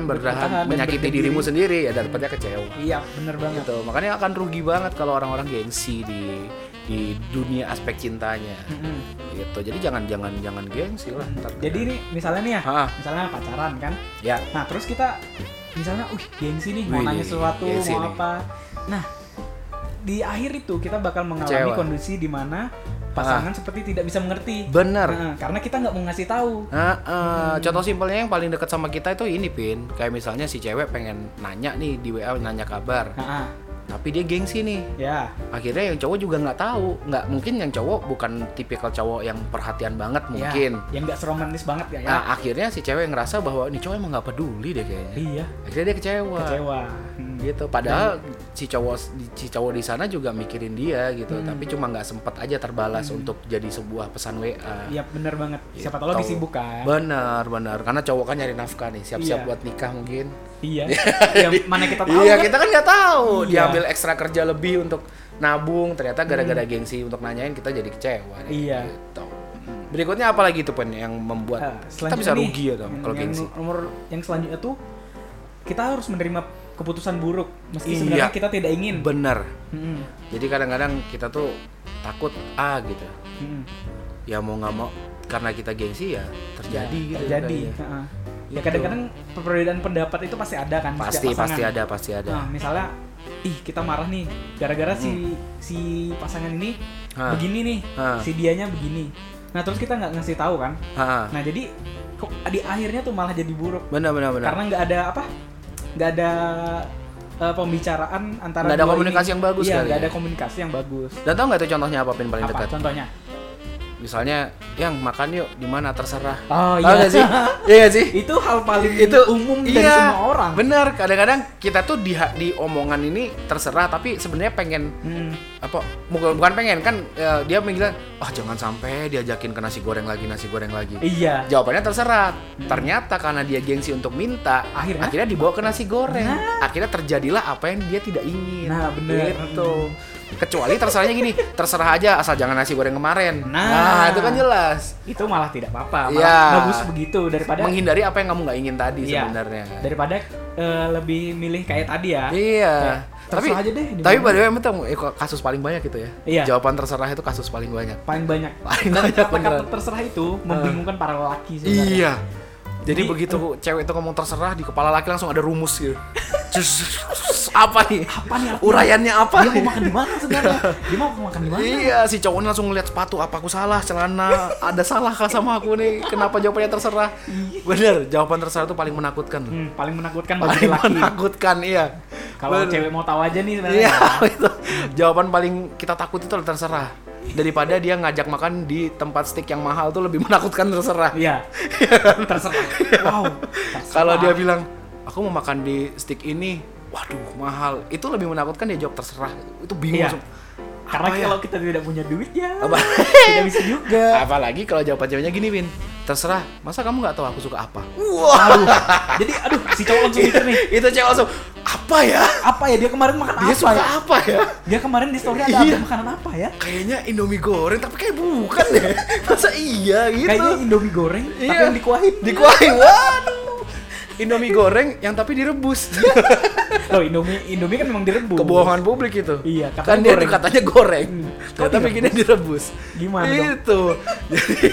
Speaker 1: bertahan,
Speaker 2: bertahan
Speaker 1: dan
Speaker 2: menyakiti
Speaker 1: berdiri.
Speaker 2: dirimu sendiri ya dapatnya kecewa
Speaker 1: Iya, benar banget.
Speaker 2: gitu makanya akan rugi banget kalau orang-orang gengsi di di dunia aspek cintanya
Speaker 1: Mm-mm.
Speaker 2: gitu jadi jangan jangan jangan gengsi lah ntar
Speaker 1: Hmm. Jadi nih misalnya nih ya,
Speaker 2: Hah,
Speaker 1: misalnya pacaran kan.
Speaker 2: ya
Speaker 1: Nah, terus kita misalnya, uh, gengsi nih mau
Speaker 2: Wih,
Speaker 1: nanya sesuatu,
Speaker 2: gengsi
Speaker 1: mau
Speaker 2: nih.
Speaker 1: apa. Nah, di akhir itu kita bakal mengalami
Speaker 2: Kecewa. Ah.
Speaker 1: kondisi di mana pasangan seperti tidak bisa mengerti.
Speaker 2: bener
Speaker 1: Nah, karena kita nggak mau ngasih tahu.
Speaker 2: Nah, eh, contoh simpelnya yang paling dekat sama kita itu ini pin kayak misalnya si cewek pengen nanya nih di wa nanya kabar
Speaker 1: Nah, ah,
Speaker 2: tapi dia gengsi nih
Speaker 1: ya,
Speaker 2: akhirnya yang cowok juga nggak tahu nggak mungkin yang cowok bukan tipikal cowok yang perhatian banget mungkin
Speaker 1: ya, yang nggak seromantis banget ya. ya.
Speaker 2: Nah, akhirnya si cewek ngerasa bahwa nih cowok emang nggak peduli deh kayaknya.
Speaker 1: Iya,
Speaker 2: Akhirnya dia kecewa.
Speaker 1: kecewa. Hmm,
Speaker 2: Gitu. Padahal si cowok si cowok di sana juga mikirin dia gitu,
Speaker 1: Hmm.
Speaker 2: tapi cuma nggak sempat aja terbalas untuk jadi sebuah pesan WA.
Speaker 1: Iya, bener banget. Siapa tahu
Speaker 2: Gitu.
Speaker 1: lagi sibuk kan?
Speaker 2: Benar, benar. Karena cowok kan nyari nafkah nih,
Speaker 1: Iya.
Speaker 2: siap-siap buat nikah mungkin.
Speaker 1: Iya. ya, mana kita tahu
Speaker 2: iya,
Speaker 1: kan?
Speaker 2: kita kan nggak tahu.
Speaker 1: Iya. Hmm.
Speaker 2: Dia ambil ekstra kerja lebih untuk nabung, ternyata gara-gara gengsi untuk nanyain kita jadi kecewa. deh.
Speaker 1: Iya.
Speaker 2: Gitu. Berikutnya apa lagi tuh Pen yang membuat
Speaker 1: Nah, selanjutnya
Speaker 2: kita bisa
Speaker 1: nih,
Speaker 2: rugi ya dong
Speaker 1: yang-
Speaker 2: kalau
Speaker 1: yang
Speaker 2: gengsi?
Speaker 1: Nomor yang selanjutnya tuh kita harus menerima keputusan buruk meski
Speaker 2: Iya.
Speaker 1: sebenarnya kita tidak ingin.
Speaker 2: Bener.
Speaker 1: Mm-mm,
Speaker 2: Jadi kadang-kadang kita tuh takut ah gitu.
Speaker 1: mm-mm.
Speaker 2: Ya mau nggak mau karena kita gengsi ya terjadi gitu.
Speaker 1: Terjadi.
Speaker 2: kan, ya.
Speaker 1: heeh. Ya
Speaker 2: Gitu.
Speaker 1: kadang-kadang perbedaan pendapat itu pasti ada kan setiap
Speaker 2: Pasti
Speaker 1: pasangan.
Speaker 2: pasti ada pasti ada.
Speaker 1: Nah, misalnya ih kita marah nih gara-gara si si pasangan ini
Speaker 2: Hmm. Hah.
Speaker 1: begini nih,
Speaker 2: Hah.
Speaker 1: si dianya begini. Nah, terus kita nggak ngasih tahu kan.
Speaker 2: Ha,
Speaker 1: Nah, jadi kok di akhirnya tuh malah jadi buruk.
Speaker 2: benar benar benar.
Speaker 1: karena nggak ada apa nggak ada eh, pembicaraan antara
Speaker 2: Nggak ada
Speaker 1: dua
Speaker 2: komunikasi
Speaker 1: ini.
Speaker 2: yang bagus
Speaker 1: iya
Speaker 2: kali
Speaker 1: nggak
Speaker 2: ya.
Speaker 1: ada komunikasi yang bagus
Speaker 2: Dan tau nggak tuh contohnya apa pin paling
Speaker 1: apa
Speaker 2: dekat?
Speaker 1: contohnya
Speaker 2: Misalnya, yang makan yuk di mana terserah.
Speaker 1: oh
Speaker 2: Tau nggak sih? Iya nggak sih?
Speaker 1: itu hal paling
Speaker 2: Itu
Speaker 1: umum
Speaker 2: iya,
Speaker 1: dari semua orang
Speaker 2: Benar, kadang-kadang kita tuh di di omongan ini terserah tapi sebenarnya pengen
Speaker 1: Hmm,
Speaker 2: apa bukan bukan pengen kan eh, dia bilang ah jangan sampai diajakin ke nasi goreng lagi nasi goreng lagi
Speaker 1: iya
Speaker 2: Jawabannya terserah. Ternyata karena dia gengsi untuk minta,
Speaker 1: Akhirnya?
Speaker 2: dibawa ke nasi goreng. Akhirnya terjadilah apa yang dia tidak ingin.
Speaker 1: Nah, bener.
Speaker 2: Gitu. Kecuali terserahnya gini, terserah aja asal jangan nasi goreng kemarin.
Speaker 1: Nah.
Speaker 2: itu kan jelas.
Speaker 1: itu malah tidak apa-apa malah
Speaker 2: Iya.
Speaker 1: bagus begitu daripada
Speaker 2: Menghindari apa yang kamu nggak ingin tadi
Speaker 1: Iya.
Speaker 2: sebenarnya.
Speaker 1: daripada eh, lebih milih kayak tadi ya
Speaker 2: Iya. Tapi
Speaker 1: terserah aja deh di
Speaker 2: tapi by
Speaker 1: mana.
Speaker 2: the way, emang tau, eh, kok kasus paling banyak gitu ya.
Speaker 1: Iya.
Speaker 2: Jawaban terserah itu kasus paling banyak.
Speaker 1: paling banyak
Speaker 2: Paling
Speaker 1: dan
Speaker 2: banyak
Speaker 1: kata-kata
Speaker 2: beneran.
Speaker 1: terserah itu membingungkan para lelaki sebenarnya
Speaker 2: Eh. Iya. Jadi
Speaker 1: Jadi,
Speaker 2: begitu cewek itu ngomong terserah di kepala laki langsung ada rumus gitu. Cus, apa nih?
Speaker 1: apa nih aku-
Speaker 2: Uraiannya apa?
Speaker 1: dia
Speaker 2: nih?
Speaker 1: mau makan di mana sebenarnya dia mau makan di mana
Speaker 2: Iya, si cowok ini langsung ngeliat sepatu, apa aku salah, celana, ada salah kah sama aku nih? Kenapa jawabannya terserah? Bener, jawaban terserah itu paling menakutkan. loh.
Speaker 1: Iya. Hmm, paling menakutkan bagi
Speaker 2: Paling
Speaker 1: lelaki
Speaker 2: menakutkan, iya.
Speaker 1: Kalau
Speaker 2: Bener.
Speaker 1: cewek ya. mau tahu aja nih sebenarnya.
Speaker 2: Iya, itu. Jawaban paling kita takut itu adalah terserah. Daripada dia ngajak makan di tempat steak yang mahal tuh lebih menakutkan terserah.
Speaker 1: Iya. Terserah. Wow. terserah.
Speaker 2: Iya. Kalau dia bilang, aku mau makan di stick ini, waduh mahal. Itu lebih menakutkan dia jawab terserah. Itu bingung.
Speaker 1: Iya.
Speaker 2: langsung.
Speaker 1: karena
Speaker 2: apa ya?
Speaker 1: kalau kita tidak punya duit ya,
Speaker 2: Apa?
Speaker 1: tidak bisa juga.
Speaker 2: Apalagi kalau jawaban ceweknya gini, Win. Terserah, masa kamu nggak tahu aku suka apa? Gitu
Speaker 1: Aduh. Jadi aduh si cowok langsung mikir nih.
Speaker 2: itu cewek langsung, "Ap- apa ya?
Speaker 1: Apa ya dia kemarin makan
Speaker 2: Dia
Speaker 1: apa
Speaker 2: suka
Speaker 1: ya?
Speaker 2: apa ya?
Speaker 1: Dia kemarin di story ada
Speaker 2: Iya.
Speaker 1: update makanan apa ya?
Speaker 2: Kayaknya Indomie goreng tapi kayak bukan deh. Masa iya gitu?
Speaker 1: Kayaknya Indomie goreng tapi
Speaker 2: Iya.
Speaker 1: yang dikuahin.
Speaker 2: Dikuahin. Waduh. Indomie goreng yang tapi direbus.
Speaker 1: Iya. Loh Indomie Indomie kan memang direbus.
Speaker 2: Kebohongan publik itu.
Speaker 1: Iya, katanya
Speaker 2: kan dia
Speaker 1: goreng.
Speaker 2: tuh katanya goreng.
Speaker 1: Hmm.
Speaker 2: Ternyata
Speaker 1: Kok
Speaker 2: bikinnya direbus.
Speaker 1: Gimana dong?
Speaker 2: Itu. jadi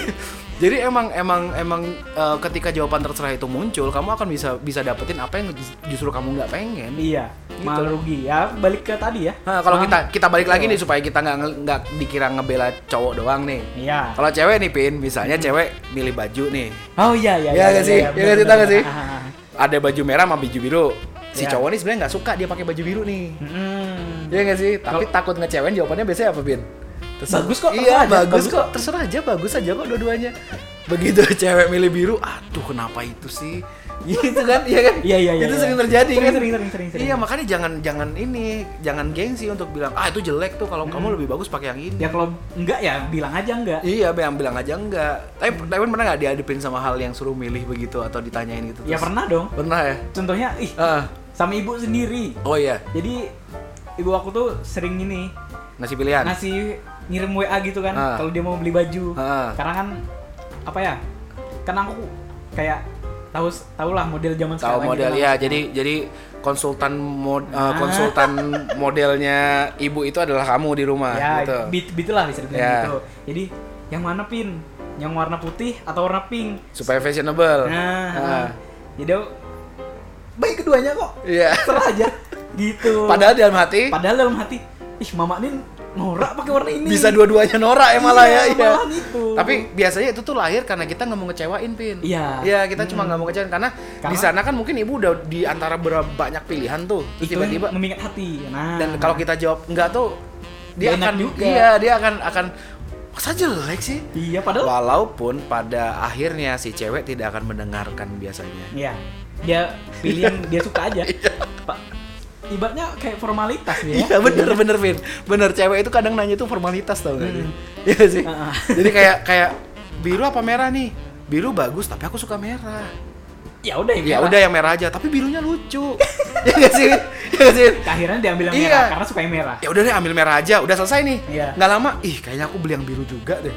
Speaker 2: jadi emang emang emang eh, ketika jawaban terserah itu muncul, kamu akan bisa bisa dapetin apa yang justru kamu nggak pengen.
Speaker 1: Iya,
Speaker 2: Gitu.
Speaker 1: malah rugi ya. Balik ke tadi ya.
Speaker 2: Nah, kalau
Speaker 1: Paham?
Speaker 2: kita kita balik lagi nih supaya kita nggak nge- nggak dikira ngebela cowok doang nih.
Speaker 1: Iya.
Speaker 2: Kalau cewek nih Pin, misalnya cewek milih baju nih.
Speaker 1: Oh iya iya.
Speaker 2: Iya nggak sih? Iya nggak sih?
Speaker 1: benar,
Speaker 2: Tahu nggak
Speaker 1: benar.
Speaker 2: sih?
Speaker 1: Ah,
Speaker 2: Ada baju merah sama baju biru. Si
Speaker 1: Iya.
Speaker 2: cowok nih sebenarnya nggak suka dia pakai baju biru nih.
Speaker 1: mm.
Speaker 2: Iya nggak sih? Tapi takut ngecewain jawabannya biasanya apa Pin?
Speaker 1: Bagus kok, terserah aja,
Speaker 2: Iya bagus,
Speaker 1: bagus
Speaker 2: kok.
Speaker 1: kok.
Speaker 2: Terserah aja bagus aja kok dua-duanya. Begitu cewek milih biru, aduh kenapa itu sih? Gitu kan, iya kan?
Speaker 1: Iya, iya, iya,
Speaker 2: Itu
Speaker 1: iya.
Speaker 2: sering terjadi
Speaker 1: Sering,
Speaker 2: kan?
Speaker 1: sering, sering, sering, sering.
Speaker 2: Iya makanya jangan jangan ini, jangan gengsi untuk bilang ah itu jelek tuh kalau
Speaker 1: Hmm.
Speaker 2: kamu lebih bagus pakai yang ini.
Speaker 1: Ya kalau enggak ya bilang aja enggak.
Speaker 2: Iya, yang bilang aja enggak. Tapi Taiwan pernah nggak dihadapin sama hal yang suruh milih begitu atau ditanyain gitu?
Speaker 1: Ya
Speaker 2: terus?
Speaker 1: pernah dong.
Speaker 2: Pernah ya.
Speaker 1: Contohnya ih
Speaker 2: Ah.
Speaker 1: sama ibu sendiri.
Speaker 2: oh iya,
Speaker 1: Jadi ibu aku tuh sering ini
Speaker 2: nasi pilihan.
Speaker 1: ngasih ngirim WA gitu kan
Speaker 2: Kan? Ah.
Speaker 1: kalau dia mau beli baju.
Speaker 2: Ah.
Speaker 1: Karena kan apa ya? Kan aku kayak tahu tahulah model zaman
Speaker 2: tahu
Speaker 1: sekarang gitu
Speaker 2: model
Speaker 1: kan.
Speaker 2: ya jadi jadi konsultan mod, eh,
Speaker 1: Ah.
Speaker 2: konsultan modelnya ibu itu adalah kamu di rumah
Speaker 1: ya
Speaker 2: gitu
Speaker 1: bit bit lah bisa dibilang
Speaker 2: Ya.
Speaker 1: gitu. Jadi yang mana pin? Yang warna putih atau warna pink?
Speaker 2: supaya fashionable
Speaker 1: Nah,
Speaker 2: Ah.
Speaker 1: jadi aku, baik keduanya kok.
Speaker 2: iya
Speaker 1: Terserah aja gitu.
Speaker 2: padahal dalam hati
Speaker 1: Padahal dalam hati, ih mama ini norak pakai warna ini.
Speaker 2: bisa dua-duanya norak ya malah ya
Speaker 1: Iya,
Speaker 2: iya.
Speaker 1: malahan itu.
Speaker 2: tapi biasanya itu tuh lahir karena kita nggak mau ngecewain pin
Speaker 1: Iya.
Speaker 2: iya kita cuma nggak mau ngecewain karena, di
Speaker 1: Karena-
Speaker 2: sana kan mungkin ibu udah di antara ber- banyak pilihan tuh terus
Speaker 1: itu
Speaker 2: tiba-tiba
Speaker 1: yang memingat hati. Nah,
Speaker 2: dan kalau kita jawab enggak tuh
Speaker 1: Nggak
Speaker 2: dia
Speaker 1: enak
Speaker 2: akan
Speaker 1: juga.
Speaker 2: iya dia akan akan masa jelek sih
Speaker 1: iya padahal
Speaker 2: Walaupun pada akhirnya si cewek tidak akan mendengarkan biasanya.
Speaker 1: ya dia pilih yang dia suka aja. Pak, ibaratnya kayak formalitas ya. dia.
Speaker 2: Iya bener bener Vin, bener cewek itu kadang nanya itu formalitas tau gak
Speaker 1: Hmm.
Speaker 2: sih? Iya sih.
Speaker 1: Heeh.
Speaker 2: Jadi kayak kayak biru apa merah nih? Biru bagus tapi aku suka merah.
Speaker 1: Ya udah
Speaker 2: Ya
Speaker 1: merah.
Speaker 2: udah yang merah aja tapi birunya lucu. Iya gak sih? Vin? Iya gak sih? Vin?
Speaker 1: Akhirnya diambil yang
Speaker 2: Iya.
Speaker 1: merah karena suka yang merah.
Speaker 2: Ya udah deh ambil merah aja, udah selesai nih.
Speaker 1: Iya.
Speaker 2: Nggak lama, ih kayaknya aku beli yang biru juga deh.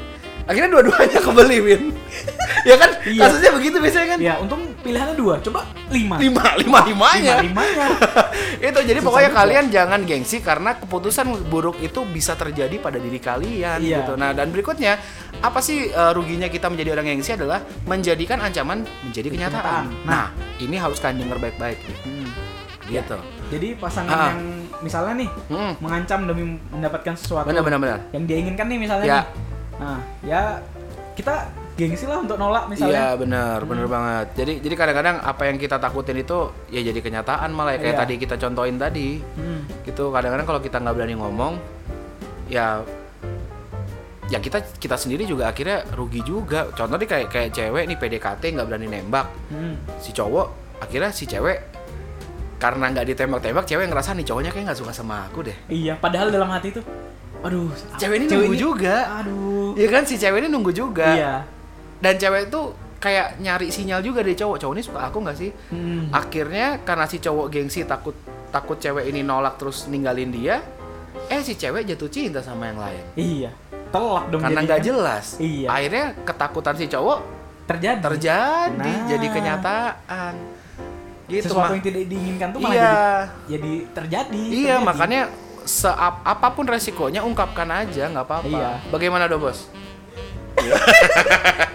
Speaker 2: Akhirnya dua-duanya kebeli Vin. ya kan?
Speaker 1: Iya.
Speaker 2: Kasusnya begitu biasanya kan?
Speaker 1: Ya, untung pilihannya dua, coba lima.
Speaker 2: Lima, lima, limanya.
Speaker 1: Lima-limanya.
Speaker 2: itu jadi
Speaker 1: Susah
Speaker 2: pokoknya
Speaker 1: juga.
Speaker 2: kalian jangan gengsi karena keputusan buruk itu bisa terjadi pada diri kalian
Speaker 1: Iya.
Speaker 2: gitu. Nah, dan berikutnya apa sih eh, ruginya kita menjadi orang gengsi adalah menjadikan ancaman menjadi kenyataan.
Speaker 1: kenyataan.
Speaker 2: Nah, ini harus kalian dengar baik-baik nih.
Speaker 1: Hmm.
Speaker 2: Gitu.
Speaker 1: Jadi pasangan
Speaker 2: Ah.
Speaker 1: yang misalnya nih
Speaker 2: Mm.
Speaker 1: mengancam demi mendapatkan sesuatu
Speaker 2: Benar benar benar.
Speaker 1: yang dia inginkan nih misalnya.
Speaker 2: Ya.
Speaker 1: nih. Nah, ya kita gengsi lah untuk nolak
Speaker 2: Iya
Speaker 1: misalnya. Hmm.
Speaker 2: benar, benar banget. Jadi jadi kadang-kadang apa yang kita takutin itu ya jadi kenyataan malah ya. kayak
Speaker 1: Iya.
Speaker 2: tadi kita contohin tadi.
Speaker 1: Hmm.
Speaker 2: gitu kadang-kadang kalau kita nggak berani ngomong ya ya kita kita sendiri juga akhirnya rugi juga contohnya kayak kayak cewek nih PDKT nggak berani nembak
Speaker 1: Hmm.
Speaker 2: si cowok akhirnya si cewek karena nggak ditembak-tembak cewek ngerasa nih cowoknya kayak nggak suka sama aku deh
Speaker 1: Iya, padahal dalam hati itu aduh,
Speaker 2: cewek ini nunggu juga
Speaker 1: Aduh.
Speaker 2: ya kan si cewek ini nunggu juga
Speaker 1: Iya.
Speaker 2: dan cewek itu kayak nyari sinyal juga dari cowok cowok ini suka aku nggak sih
Speaker 1: Hmm.
Speaker 2: akhirnya karena si cowok gengsi takut takut cewek ini nolak terus ninggalin dia eh si cewek jatuh cinta sama yang lain
Speaker 1: Iya. Telak dong
Speaker 2: karena
Speaker 1: jadinya.
Speaker 2: nggak jelas
Speaker 1: Iya.
Speaker 2: akhirnya ketakutan si cowok
Speaker 1: terjadi.
Speaker 2: terjadi
Speaker 1: Nah.
Speaker 2: jadi kenyataan gitu
Speaker 1: Sesuatu
Speaker 2: Mak.
Speaker 1: yang tidak diinginkan tuh malah
Speaker 2: iya
Speaker 1: jadi, jadi terjadi.
Speaker 2: iya
Speaker 1: terjadi.
Speaker 2: makanya seap apapun resikonya ungkapkan aja nggak apa-apa
Speaker 1: Iya.
Speaker 2: bagaimana do bos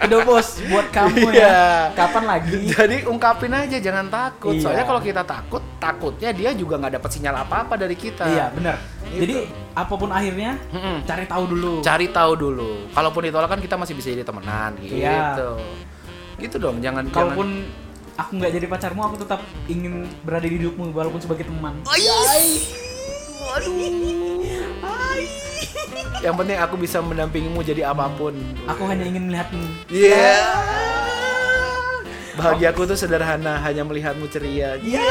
Speaker 1: Aduh, Bos, buat kamu
Speaker 2: Iya.
Speaker 1: ya. Kapan lagi?
Speaker 2: jadi ungkapin aja jangan takut
Speaker 1: Iya.
Speaker 2: soalnya kalau kita takut takutnya dia juga nggak dapat sinyal apa-apa dari kita
Speaker 1: Iya, benar.
Speaker 2: Gitu.
Speaker 1: Jadi apapun akhirnya
Speaker 2: Mm-mm.
Speaker 1: cari tahu dulu.
Speaker 2: cari tahu dulu kalaupun ditolak kan kita masih bisa jadi temenan gitu
Speaker 1: Iya.
Speaker 2: gitu dong jangan jangan-
Speaker 1: Kalaupun aku nggak jadi pacarmu, aku tetap ingin berada di hidupmu walaupun sebagai teman.
Speaker 2: Yang penting aku bisa mendampingimu jadi apapun.
Speaker 1: Aku hanya ingin melihatmu. Ya.
Speaker 2: Iya. Bahagia aku tuh sederhana, hanya melihatmu ceria.
Speaker 1: Iya.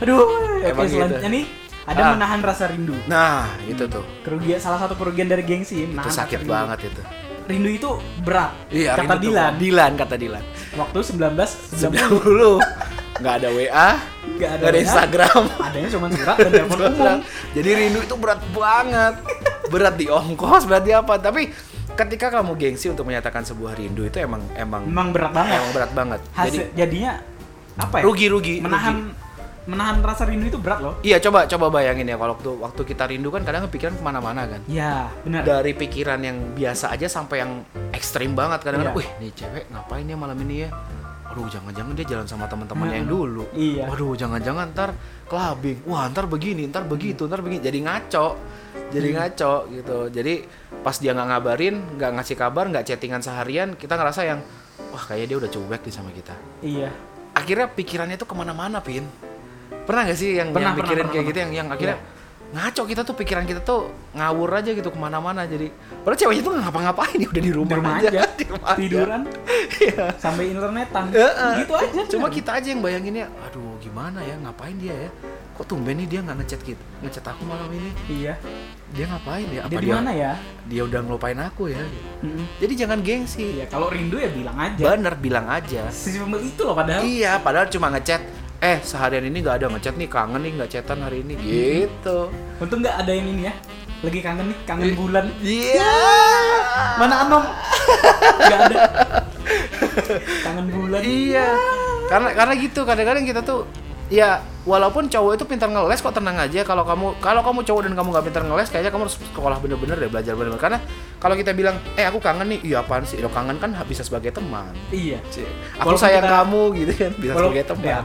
Speaker 1: Aduh,
Speaker 2: Emang
Speaker 1: oke
Speaker 2: gitu.
Speaker 1: selanjutnya nih ada
Speaker 2: Ah.
Speaker 1: menahan rasa rindu.
Speaker 2: Nah, itu tuh.
Speaker 1: Kerugian salah satu kerugian dari gengsi
Speaker 2: Itu
Speaker 1: menahan
Speaker 2: sakit
Speaker 1: rasa rindu.
Speaker 2: banget itu.
Speaker 1: Rindu itu berat.
Speaker 2: Iya,
Speaker 1: Kata
Speaker 2: rindu tuh.
Speaker 1: Dilan
Speaker 2: Dilan kata Dilan.
Speaker 1: waktu 19
Speaker 2: Sudah dulu. nggak ada WA,
Speaker 1: Nggak
Speaker 2: nggak
Speaker 1: ada
Speaker 2: ada,
Speaker 1: WA.
Speaker 2: Instagram.
Speaker 1: adanya cuma surat dan telepon umum
Speaker 2: Jadi rindu itu berat banget. Berat di ongkos, berat di apa. Tapi ketika kamu gengsi untuk menyatakan sebuah rindu itu emang emang
Speaker 1: memang berat banget
Speaker 2: emang berat banget. Jadi
Speaker 1: hasil jadinya apa ya
Speaker 2: rugi rugi.
Speaker 1: menahan
Speaker 2: rugi.
Speaker 1: menahan rasa rindu itu berat loh
Speaker 2: Iya coba coba bayangin ya kalau waktu waktu kita rindu kan kadang kepikiran kemana-mana kan.
Speaker 1: ya benar
Speaker 2: Dari pikiran yang biasa aja sampai yang ekstrim banget kadang-kadang.
Speaker 1: Iya.
Speaker 2: Wih nih cewek ngapain ya malam ini ya? Aduh jangan-jangan dia jalan sama teman-temannya yang
Speaker 1: Mm-mm.
Speaker 2: dulu.
Speaker 1: Iya.
Speaker 2: Waduh jangan-jangan ntar kelabing. Wah ntar begini ntar begitu ntar begini. Jadi ngaco. Jadi
Speaker 1: Hmm.
Speaker 2: ngaco gitu. Jadi pas dia nggak ngabarin, nggak ngasih kabar, nggak chattingan seharian, kita ngerasa yang wah kayaknya dia udah cuek nih sama kita
Speaker 1: iya
Speaker 2: akhirnya pikirannya tuh kemana-mana pin pernah gak sih yang,
Speaker 1: Pernah, pernah,
Speaker 2: yang pikirin
Speaker 1: pernah,
Speaker 2: kayak
Speaker 1: pernah. Iya.
Speaker 2: gitu yang yang akhirnya ngaco kita tuh pikiran kita tuh ngawur aja gitu kemana-mana jadi padahal ceweknya tuh nggak ngapa-ngapain ya udah di
Speaker 1: di
Speaker 2: rumah,
Speaker 1: rumah aja
Speaker 2: di rumah aja.
Speaker 1: tiduran
Speaker 2: Iya.
Speaker 1: sampai internetan
Speaker 2: Heeh.
Speaker 1: gitu aja
Speaker 2: cuma
Speaker 1: bener.
Speaker 2: kita aja yang bayanginnya aduh gimana ya ngapain dia ya kok tumben nih dia nggak ngechat kita ngechat aku malam ini
Speaker 1: iya
Speaker 2: dia ngapain ya apa
Speaker 1: dia di mana ya
Speaker 2: dia udah ngelupain aku ya
Speaker 1: Mm-mm.
Speaker 2: jadi jangan gengsi
Speaker 1: iya kalau rindu ya bilang aja
Speaker 2: bener bilang aja
Speaker 1: sisi pembel itu loh padahal
Speaker 2: Iya, padahal cuma ngechat. Eh, seharian ini nggak ada ngechat nih, kangen nih nggak chatan hari ini gitu.
Speaker 1: untung nggak ada yang ini ya lagi kangen nih kangen bulan
Speaker 2: Iya.
Speaker 1: mana anom nggak ada kangen bulan
Speaker 2: Iya. Karena karena gitu kadang-kadang kita tuh ya walaupun cowok itu pintar ngeles kok tenang aja kalau kamu kalau kamu cowok dan kamu nggak pintar ngeles kayaknya kamu harus sekolah bener-bener deh belajar bener-bener karena kalau kita bilang eh aku kangen nih iya apaan sih lo kangen kan bisa sebagai teman
Speaker 1: iya
Speaker 2: Cie, aku
Speaker 1: Walaupun
Speaker 2: sayang
Speaker 1: kita-
Speaker 2: kamu gitu kan bisa
Speaker 1: Walau-
Speaker 2: sebagai teman
Speaker 1: ya,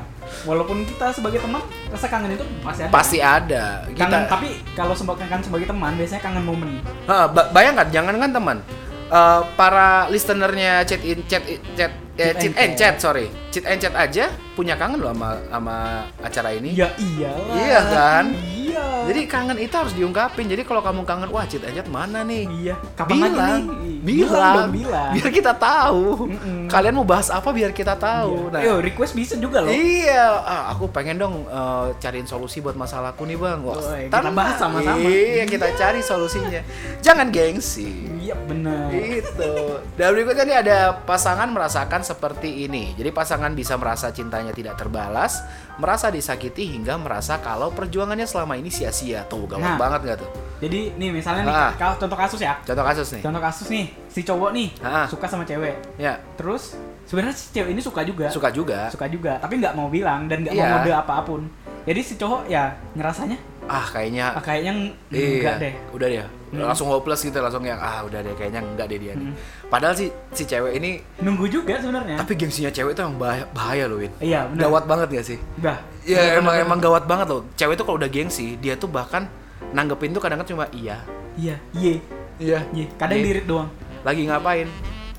Speaker 1: walaupun kita sebagai teman rasa kangen itu pasti ada
Speaker 2: pasti ada kita
Speaker 1: kangen tapi kalau sebagai kangen sebagai teman biasanya kangen momen
Speaker 2: Ha, ba- bayangkan, jangan kan teman. Eh, para listenernya chat in chat in- chat eh,
Speaker 1: Cheat
Speaker 2: cheat
Speaker 1: and
Speaker 2: and chat sorry cheat and chat aja punya kangen loh sama sama acara ini
Speaker 1: ya iyalah
Speaker 2: Iya kan?
Speaker 1: iya
Speaker 2: jadi kangen itu harus diungkapin jadi kalau kamu kangen wah cheat and chat mana nih
Speaker 1: iya kapan
Speaker 2: bilang
Speaker 1: lagi
Speaker 2: bilang,
Speaker 1: nih
Speaker 2: bilang
Speaker 1: dong, bilang
Speaker 2: biar kita tahu
Speaker 1: Mm-mm.
Speaker 2: kalian mau bahas apa biar kita tahu
Speaker 1: Iya.
Speaker 2: nah
Speaker 1: Yo, request bisa juga loh
Speaker 2: Iya, ah, aku pengen dong eh, cariin solusi buat masalahku nih bang. Wah,
Speaker 1: Woy,
Speaker 2: ntar
Speaker 1: kita bahas sama-sama.
Speaker 2: Iya, kita cari solusinya. Jangan gengsi.
Speaker 1: iya bener
Speaker 2: Gitu. Dan berikutnya nih ada pasangan merasakan seperti ini. Jadi pasangan bisa merasa cintanya tidak terbalas, merasa disakiti hingga merasa kalau perjuangannya selama ini sia-sia. Tuh
Speaker 1: Nah.
Speaker 2: gawat banget nggak tuh?
Speaker 1: jadi nih misalnya nih
Speaker 2: Ah.
Speaker 1: kalau contoh kasus ya
Speaker 2: Contoh kasus nih.
Speaker 1: contoh kasus nih si cowok nih
Speaker 2: Ah.
Speaker 1: suka sama cewek
Speaker 2: Ya,
Speaker 1: terus sebenarnya si cewek ini suka juga
Speaker 2: suka juga.
Speaker 1: suka juga tapi nggak mau bilang dan nggak
Speaker 2: Iya.
Speaker 1: mau mode apapun jadi si cowok ya ngerasanya
Speaker 2: Ah,
Speaker 1: ah,
Speaker 2: kayaknya
Speaker 1: kayaknya ng-
Speaker 2: Iya,
Speaker 1: enggak deh Hmm.
Speaker 2: udah deh. Langsung hopeless gitu, langsung yang ah udah deh kayaknya enggak deh dia nih. Padahal si si cewek ini
Speaker 1: nunggu juga sebenarnya
Speaker 2: tapi gengsinya cewek itu yang bah- bahaya loh, Win.
Speaker 1: Ya. iya benar
Speaker 2: Gawat banget gak sih?
Speaker 1: Bah,
Speaker 2: Ya emang emang gawat banget loh. Cewek tuh kalau udah gengsi, dia tuh bahkan nanggepin tuh kadang-kadang cuma iya.
Speaker 1: iya iya
Speaker 2: Iya.
Speaker 1: iya kadang
Speaker 2: Iya.
Speaker 1: dirit doang
Speaker 2: Lagi ngapain?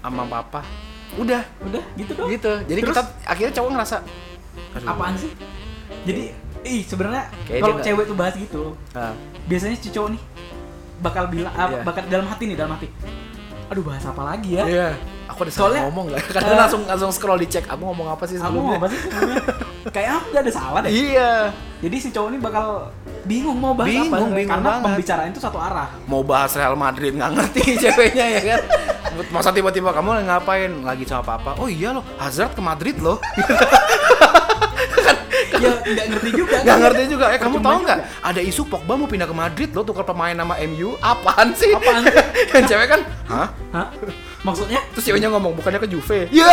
Speaker 2: Sama papa. Udah
Speaker 1: udah gitu doang
Speaker 2: gitu. Jadi
Speaker 1: Terus?
Speaker 2: kita akhirnya cowok ngerasa aduh.
Speaker 1: apaan sih jadi ih sebenarnya
Speaker 2: Kayaknya
Speaker 1: kalau
Speaker 2: dia nggak-
Speaker 1: cewek tuh bahas gitu
Speaker 2: Ah,
Speaker 1: biasanya si cowok nih bakal bilang ah,
Speaker 2: Iya.
Speaker 1: bakal dalam hati nih dalam hati aduh bahas apa lagi ya
Speaker 2: Iya. Aku ada salah
Speaker 1: Soalnya-
Speaker 2: ngomong gak?
Speaker 1: Eh.
Speaker 2: Kadang langsung langsung scroll di cek. Aku ngomong apa sih
Speaker 1: aku
Speaker 2: sebelumnya?
Speaker 1: Ah, mau apa sih sebenarnya? kayak aku gak ada salah deh
Speaker 2: Iya.
Speaker 1: jadi si cowok ini bakal bingung mau bahas apa
Speaker 2: Bingung, bingung
Speaker 1: karena
Speaker 2: banget.
Speaker 1: pembicaraan itu satu arah
Speaker 2: Mau bahas Real Madrid nggak ngerti ceweknya ya kan? Masa tiba-tiba kamu lagi ngapain lagi sama papa? Oh iya loh, Hazard ke Madrid loh.
Speaker 1: ya nggak ngerti juga
Speaker 2: Gak ngerti juga. Eh kamu
Speaker 1: Percuma
Speaker 2: tahu
Speaker 1: juga.
Speaker 2: nggak? Ada isu Pogba mau pindah ke Madrid loh tukar pemain nama MU. Apaan sih?
Speaker 1: Apaan sih?
Speaker 2: Yang cewek kan, hah?
Speaker 1: Hah? maksudnya
Speaker 2: Terus ceweknya ngomong bukannya ke Juve. Iya.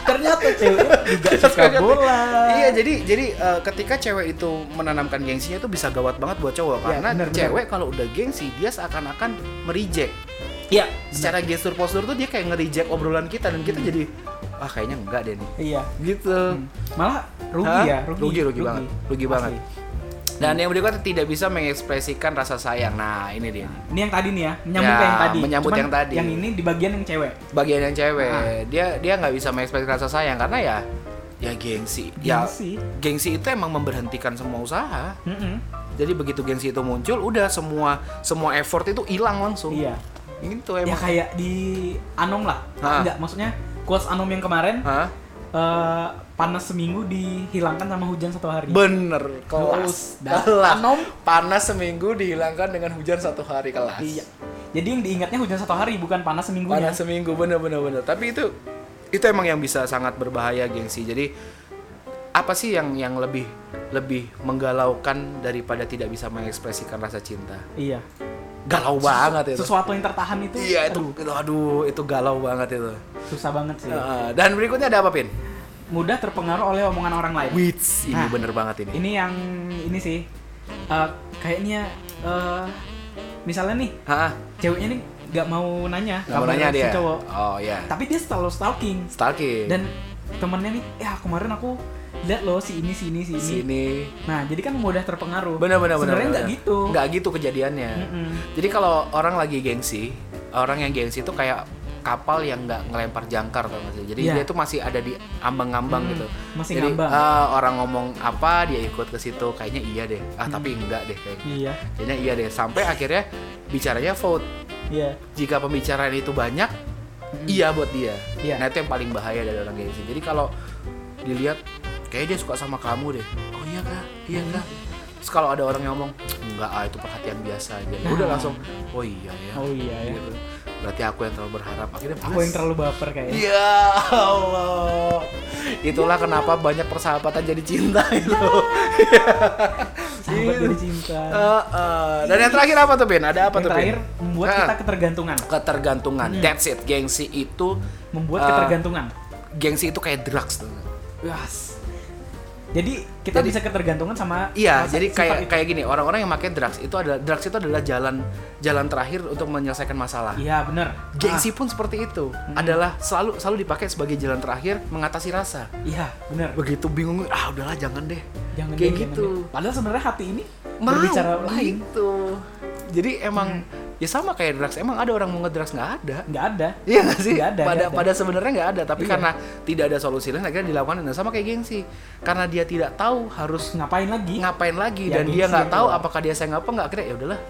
Speaker 1: ternyata ceweknya juga suka bola
Speaker 2: Iya, jadi jadi eh, ketika cewek itu menanamkan gengsinya itu bisa gawat banget buat cowok
Speaker 1: Iya,
Speaker 2: karena
Speaker 1: benar, benar.
Speaker 2: cewek kalau udah gengsi dia seakan-akan merijek.
Speaker 1: iya
Speaker 2: Secara gestur postur tuh dia kayak ngerijek obrolan kita dan
Speaker 1: Hmm.
Speaker 2: kita jadi ah kayaknya enggak deh nih.
Speaker 1: iya
Speaker 2: Gitu.
Speaker 1: malah rugi
Speaker 2: Hah?
Speaker 1: ya
Speaker 2: rugi, rugi, banget, rugi
Speaker 1: Asli.
Speaker 2: banget. Dan yang berikutnya tidak bisa mengekspresikan rasa sayang. Nah, ini dia.
Speaker 1: ini yang tadi nih ya menyambut
Speaker 2: Ya,
Speaker 1: ke yang tadi
Speaker 2: menyambut
Speaker 1: Cuman
Speaker 2: yang tadi.
Speaker 1: yang ini di bagian yang cewek
Speaker 2: Bagian yang cewek,
Speaker 1: Ah.
Speaker 2: dia dia nggak bisa mengekspresikan rasa sayang karena ya ya gengsi. Ya
Speaker 1: Gengsi.
Speaker 2: gengsi itu emang memberhentikan semua usaha.
Speaker 1: Mm-mm.
Speaker 2: Jadi begitu gengsi itu muncul, udah semua semua effort itu hilang langsung.
Speaker 1: iya
Speaker 2: Gitu
Speaker 1: ya
Speaker 2: emang.
Speaker 1: kayak di Anom lah
Speaker 2: Ah.
Speaker 1: enggak maksudnya quotes Anom yang kemarin
Speaker 2: Hah?
Speaker 1: eh, panas seminggu dihilangkan sama hujan satu hari
Speaker 2: Bener,
Speaker 1: Kelas.
Speaker 2: kelas.
Speaker 1: Dah.
Speaker 2: Kelas.
Speaker 1: Anom.
Speaker 2: Panas seminggu dihilangkan dengan hujan satu hari kelas.
Speaker 1: iya jadi yang diingatnya hujan satu hari bukan panas seminggunya
Speaker 2: Panas seminggu bener bener bener. Tapi itu itu emang yang bisa sangat berbahaya gengsi. Jadi apa sih yang yang lebih lebih menggalaukan daripada tidak bisa mengekspresikan rasa cinta?
Speaker 1: iya
Speaker 2: Galau banget itu.
Speaker 1: sesuatu yang tertahan itu
Speaker 2: Iya itu, itu aduh itu galau banget itu.
Speaker 1: susah banget sih
Speaker 2: Heeh, dan berikutnya ada apa pin?
Speaker 1: mudah terpengaruh oleh omongan orang lain
Speaker 2: Wits ini
Speaker 1: Nah,
Speaker 2: bener banget ini.
Speaker 1: ini yang ini sih eh, kayaknya eh, misalnya nih
Speaker 2: Hah?
Speaker 1: ceweknya nih nggak mau nanya
Speaker 2: Gak mau
Speaker 1: kabarnya
Speaker 2: nanya
Speaker 1: si
Speaker 2: dia. Iya.
Speaker 1: cowok
Speaker 2: Oh ya.
Speaker 1: tapi dia selalu stalking
Speaker 2: Stalking.
Speaker 1: dan temennya nih ya kemarin aku lihat loh si ini si ini si ini
Speaker 2: sini.
Speaker 1: nah jadi kan mudah terpengaruh
Speaker 2: Benar-benar.
Speaker 1: sebenarnya nggak gitu
Speaker 2: Nggak gitu kejadiannya.
Speaker 1: Mm-mm.
Speaker 2: Jadi kalau orang lagi gengsi, orang yang gengsi itu kayak kapal yang nggak ngelempar jangkar kalau nggak salah. Jadi
Speaker 1: Iya.
Speaker 2: dia itu masih ada di ambang-ambang
Speaker 1: Hmm,
Speaker 2: gitu.
Speaker 1: masih
Speaker 2: Jadi
Speaker 1: ngambang.
Speaker 2: ah, orang ngomong apa dia ikut ke situ, kayaknya iya deh. Ah
Speaker 1: Hmm.
Speaker 2: tapi enggak deh kayaknya.
Speaker 1: iya
Speaker 2: Kayaknya iya deh. Sampai akhirnya bicaranya vote.
Speaker 1: iya
Speaker 2: Jika pembicaraan itu banyak, iya buat dia.
Speaker 1: Iya.
Speaker 2: Nah itu yang paling bahaya dari orang gengsi. Jadi kalau dilihat, kayaknya dia suka sama kamu deh. Oh iya kak, iya kak. Terus kalau ada orang yang ngomong, enggak ah itu perhatian biasa aja. Ya Udah langsung, oh iya ya.
Speaker 1: oh iya ya
Speaker 2: Gitu. Berarti aku yang terlalu berharap. Akhirnya
Speaker 1: aku
Speaker 2: males.
Speaker 1: yang terlalu baper kayaknya
Speaker 2: Ya Allah. Itulah kenapa banyak persahabatan jadi cinta itu.
Speaker 1: sahabat
Speaker 2: Iya.
Speaker 1: jadi cinta
Speaker 2: Eh, eh. Dan yang terakhir apa tuh Bin? Ada
Speaker 1: yang
Speaker 2: apa tuh Bin?
Speaker 1: terakhir membuat
Speaker 2: Ah,
Speaker 1: kita ketergantungan
Speaker 2: ketergantungan. That's it. Gengsi itu
Speaker 1: Hmm. membuat
Speaker 2: Ah.
Speaker 1: ketergantungan
Speaker 2: gengsi itu kayak drugs tuh.
Speaker 1: yes jadi kita
Speaker 2: Jadi-
Speaker 1: bisa ketergantungan sama
Speaker 2: Iya,
Speaker 1: sama
Speaker 2: jadi
Speaker 1: sifat
Speaker 2: kayak
Speaker 1: itu.
Speaker 2: kayak gini, orang-orang yang pakai drugs itu adalah drugs itu adalah jalan jalan terakhir untuk menyelesaikan masalah.
Speaker 1: iya Hmm. bener
Speaker 2: Gengsi pun seperti itu, adalah selalu selalu dipakai sebagai jalan terakhir mengatasi
Speaker 1: Ah,
Speaker 2: rasa.
Speaker 1: iya bener
Speaker 2: Begitu bingung, ah udahlah jangan deh.
Speaker 1: jangan deh,
Speaker 2: kayak
Speaker 1: jangan
Speaker 2: gitu.
Speaker 1: deh. padahal sebenarnya hati ini
Speaker 2: Mau
Speaker 1: berbicara lain
Speaker 2: gitu. Jadi emang
Speaker 1: Hmm.
Speaker 2: ya sama kayak drugs, emang ada orang mau ngedrugs nggak ada.
Speaker 1: nggak ada
Speaker 2: Iya nggak sih?
Speaker 1: Nggak ada,
Speaker 2: pada
Speaker 1: nggak ada.
Speaker 2: pada sebenarnya nggak ada, tapi
Speaker 1: Iya.
Speaker 2: karena tidak ada solusi lain akhirnya dilakukan dan sama kayak gengsi. Karena dia tidak tahu harus
Speaker 1: ngapain lagi
Speaker 2: ngapain lagi
Speaker 1: Ya,
Speaker 2: dan dia
Speaker 1: gengsi
Speaker 2: nggak
Speaker 1: yang
Speaker 2: tahu
Speaker 1: keluar.
Speaker 2: apakah dia sayang apa nggak akhirnya ya udahlah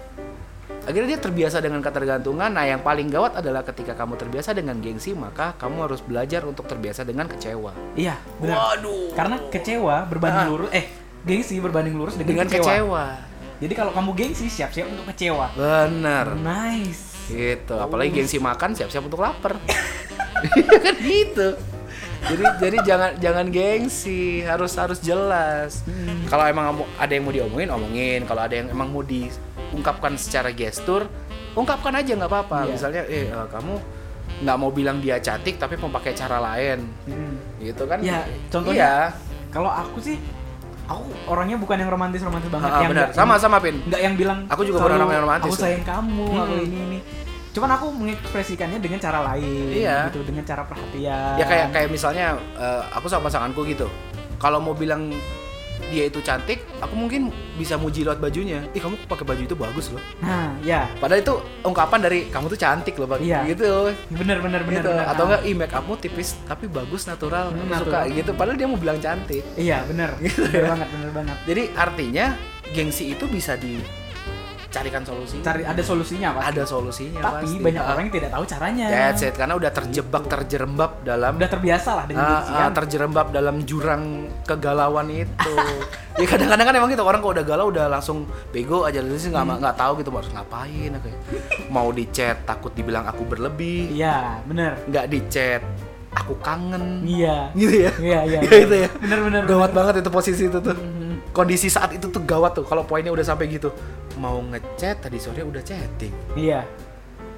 Speaker 2: akhirnya dia terbiasa dengan ketergantungan nah yang paling gawat adalah ketika kamu terbiasa dengan gengsi maka kamu harus belajar untuk terbiasa dengan kecewa
Speaker 1: iya benar
Speaker 2: Waduh. Ah.
Speaker 1: karena kecewa berbanding lurus eh gengsi berbanding lurus dengan,
Speaker 2: dengan kecewa,
Speaker 1: jadi kalau kamu gengsi siap-siap untuk kecewa
Speaker 2: benar
Speaker 1: nice
Speaker 2: gitu
Speaker 1: Oh.
Speaker 2: apalagi gengsi makan siap-siap untuk lapar Iya kan gitu jadi jadi jangan jangan gengsi harus harus jelas
Speaker 1: Hmm.
Speaker 2: kalau emang kamu- ada yang mau diomongin omongin kalau ada yang emang mau diungkapkan secara gestur ungkapkan aja nggak apa-apa
Speaker 1: Iya.
Speaker 2: misalnya eh eh, kamu nggak mau bilang dia cantik tapi memakai cara lain
Speaker 1: Hmm.
Speaker 2: gitu kan
Speaker 1: Ya,
Speaker 2: iya.
Speaker 1: contohnya- kalau aku sih aku orangnya bukan yang romantis romantis banget
Speaker 2: Ah, ah,
Speaker 1: yang
Speaker 2: benar
Speaker 1: nggak-
Speaker 2: sama sama pin
Speaker 1: nggak yang bilang
Speaker 2: Aku juga
Speaker 1: selalu,
Speaker 2: bukan orang yang romantis,
Speaker 1: aku
Speaker 2: tuh."
Speaker 1: sayang kamu aku
Speaker 2: Mm-mm.
Speaker 1: ini ini cuman aku mengekspresikannya dengan cara lain
Speaker 2: Iya.
Speaker 1: gitu dengan cara perhatian
Speaker 2: ya kayak kayak misalnya eh, aku sama pasanganku gitu kalau mau bilang dia itu cantik aku mungkin bisa muji lewat bajunya ih kamu pakai baju itu bagus loh
Speaker 1: nah ya
Speaker 2: padahal itu ungkapan dari kamu tuh cantik loh Pak."
Speaker 1: Iya.
Speaker 2: gitu
Speaker 1: bener bener bener,
Speaker 2: gitu
Speaker 1: bener.
Speaker 2: atau enggak ih make upmu tipis tapi bagus natural
Speaker 1: Hmm,
Speaker 2: aku suka
Speaker 1: natural.
Speaker 2: gitu padahal dia mau bilang cantik
Speaker 1: iya bener
Speaker 2: Gitu
Speaker 1: bener
Speaker 2: ya.
Speaker 1: banget bener banget
Speaker 2: jadi artinya gengsi itu bisa dicarikan solusi
Speaker 1: cari ada solusinya pak
Speaker 2: ada solusinya
Speaker 1: tapi
Speaker 2: pasti.
Speaker 1: banyak
Speaker 2: Ah,
Speaker 1: orang yang tidak tahu caranya
Speaker 2: that's it karena udah terjebak terjerembab dalam
Speaker 1: udah terbiasa lah dengan
Speaker 2: Ah,
Speaker 1: kebersihan.
Speaker 2: ah, terjerembab dalam jurang kegalauan itu. ya kadang-kadang kan emang gitu orang kalau udah galau udah langsung bego aja jadi sih nggak
Speaker 1: Hmm.
Speaker 2: nggak tahu gitu harus ngapain kayak. Mau di chat takut dibilang aku berlebih,
Speaker 1: iya bener
Speaker 2: nggak di chat aku kangen.
Speaker 1: iya
Speaker 2: Gitu ya.
Speaker 1: iya iya
Speaker 2: Ya,
Speaker 1: bener.
Speaker 2: itu ya.
Speaker 1: bener bener
Speaker 2: Gawat banget itu posisi itu tuh.
Speaker 1: Mhm.
Speaker 2: Kondisi saat itu tuh gawat tuh kalau poinnya udah sampai gitu. Mau ngechat tadi sore udah chatting,
Speaker 1: iya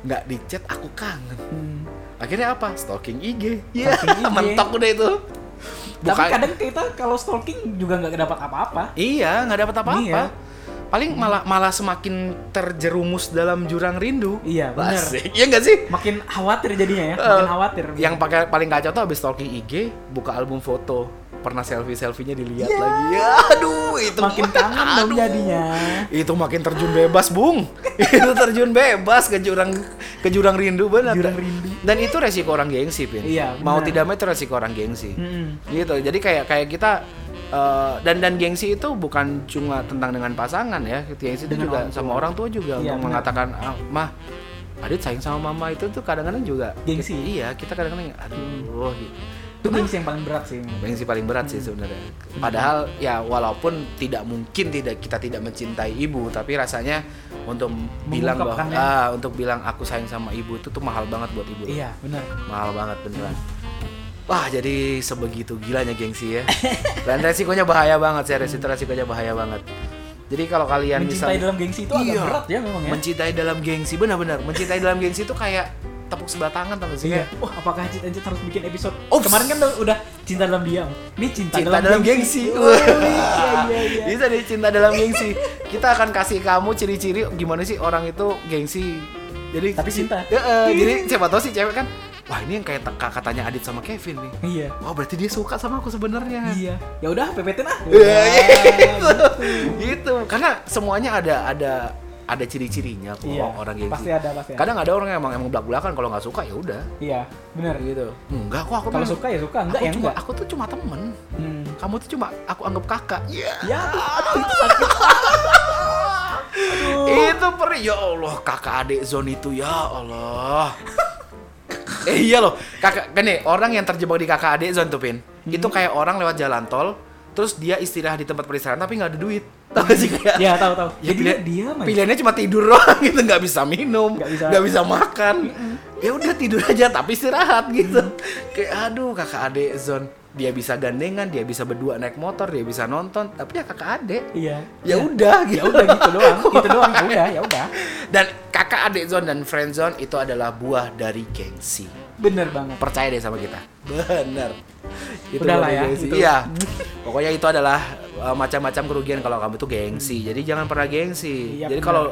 Speaker 2: nggak di chat aku kangen.
Speaker 1: Hmm.
Speaker 2: Akhirnya apa? Stalking IG. Iya,
Speaker 1: Stalking IG.
Speaker 2: mentok udah itu.
Speaker 1: tapi
Speaker 2: Bukan-
Speaker 1: kadang kita kalau stalking juga nggak dapat apa-apa
Speaker 2: Iya, nggak dapat apa-apa.
Speaker 1: Iya.
Speaker 2: Paling malah malah semakin terjerumus dalam jurang rindu.
Speaker 1: Iya, benar.
Speaker 2: Asik. Iya nggak sih?
Speaker 1: makin khawatir jadinya ya makin
Speaker 2: Eh,
Speaker 1: khawatir
Speaker 2: Yang pakai paling kacau tuh abis stalking IG, buka album foto, pernah selfie selfienya dilihat
Speaker 1: Iya.
Speaker 2: lagi. Ya, aduh, itu
Speaker 1: makin kangen dong
Speaker 2: aduh.
Speaker 1: jadinya
Speaker 2: Itu makin terjun bebas, Bung. itu terjun bebas ke jurang ke jurang rindu benar.
Speaker 1: Jurang rindu.
Speaker 2: Dan itu resiko orang gengsi, Pin.
Speaker 1: Iya,
Speaker 2: Mau
Speaker 1: benar.
Speaker 2: tidak mau itu resiko orang gengsi
Speaker 1: Mm-mm.
Speaker 2: gitu jadi kayak kayak kita eh, dan dan gengsi itu bukan cuma tentang dengan pasangan ya gengsi itu
Speaker 1: Dengan
Speaker 2: juga
Speaker 1: orang tua.
Speaker 2: sama orang tua juga
Speaker 1: Iya,
Speaker 2: untuk
Speaker 1: benar.
Speaker 2: mengatakan "Ah, mah adit sayang sama mama itu tuh kadang-kadang juga
Speaker 1: Gengsi. Mm.
Speaker 2: iya kita kadang-kadang aduh gitu.
Speaker 1: itu gengsi yang paling berat sih
Speaker 2: gengsi paling berat
Speaker 1: Hmm.
Speaker 2: sih sebenarnya padahal ya walaupun tidak mungkin tidak kita tidak mencintai ibu tapi rasanya untuk bilang bahwa
Speaker 1: Mengungkapkannya.
Speaker 2: ah, untuk bilang aku sayang sama ibu itu tuh mahal banget buat ibu
Speaker 1: iya benar
Speaker 2: mahal banget beneran Wah jadi sebegitu gilanya gengsi ya. Dan resikonya bahaya banget serius itu resikonya bahaya banget. Jadi kalau kalian
Speaker 1: Mencintai
Speaker 2: misalnya
Speaker 1: dalam gengsi itu agak
Speaker 2: Iya.
Speaker 1: berat ya memang ya.
Speaker 2: mencintai dalam gengsi benar-benar mencintai dalam gengsi itu kayak tepuk sebelah tangan tau gak sih
Speaker 1: Iya.
Speaker 2: Kayak,
Speaker 1: Wah, apakah Cit and Cit harus bikin episode?
Speaker 2: Ops.
Speaker 1: Kemarin kan udah cinta dalam diam. Ini cinta,
Speaker 2: cinta dalam, gengsi.
Speaker 1: Oh, iya, iya, iya.
Speaker 2: Bisa deh cinta dalam gengsi. Kita akan kasih kamu ciri-ciri gimana sih orang itu gengsi. Jadi
Speaker 1: Tapi cinta.
Speaker 2: Eh, eh, jadi siapa tahu sih cewek kan. Wah ini yang kayak te- katanya Adit sama Kevin nih.
Speaker 1: Iya.
Speaker 2: Wah berarti dia suka sama aku sebenarnya.
Speaker 1: Iya. Ya udah PPT ah.
Speaker 2: Iya,
Speaker 1: Gitu.
Speaker 2: gitu. gitu. Karena semuanya ada ada ada ciri-cirinya kok
Speaker 1: Iya,
Speaker 2: orang gengsi.
Speaker 1: pasti ada, pasti ada.
Speaker 2: Kadang ada orang yang emang emang belak-belakan kalau nggak suka ya udah.
Speaker 1: Iya, benar.
Speaker 2: Gitu. Enggak kok aku
Speaker 1: Kalau
Speaker 2: tuh-
Speaker 1: suka ya suka, enggak
Speaker 2: aku
Speaker 1: ya
Speaker 2: cuma,
Speaker 1: enggak.
Speaker 2: Aku tuh cuma temen.
Speaker 1: Hmm.
Speaker 2: Kamu tuh cuma aku anggap kakak. Iya.
Speaker 1: Ya, aduh itu sakit.
Speaker 2: Itu per ya Allah kakak adik zone itu ya Allah. eh iya loh kakak gini orang yang terjebak di kakak adik zone tuh pin
Speaker 1: Hmm.
Speaker 2: itu kayak orang lewat jalan tol terus dia istirahat di tempat peristirahatan tapi nggak ada duit tau gak sih kayak
Speaker 1: Ya, tahu tahu.
Speaker 2: Ya,
Speaker 1: Jadi
Speaker 2: pilihan-
Speaker 1: dia mah
Speaker 2: pilihannya cuma tidur doang gitu nggak bisa minum
Speaker 1: Nggak
Speaker 2: nggak
Speaker 1: bisa.
Speaker 2: bisa, makan ya udah tidur aja tapi istirahat gitu kayak aduh kakak adek zone dia bisa gandengan dia bisa berdua naik motor dia bisa nonton tapi ya kakak adek
Speaker 1: Iya.
Speaker 2: ya udah
Speaker 1: Ya
Speaker 2: gitu
Speaker 1: udah gitu doang, gitu doang. Udah, ya udah.
Speaker 2: dan kakak adek zone dan friend zone itu adalah buah dari gengsi
Speaker 1: Bener banget.
Speaker 2: percaya deh sama kita bener
Speaker 1: Udah lah
Speaker 2: dari
Speaker 1: ya,
Speaker 2: gengsi.
Speaker 1: itu.
Speaker 2: iya pokoknya itu adalah uh, macam-macam kerugian kalau kamu tuh gengsi jadi jangan pernah gengsi
Speaker 1: Iya,
Speaker 2: jadi
Speaker 1: benar.
Speaker 2: kalau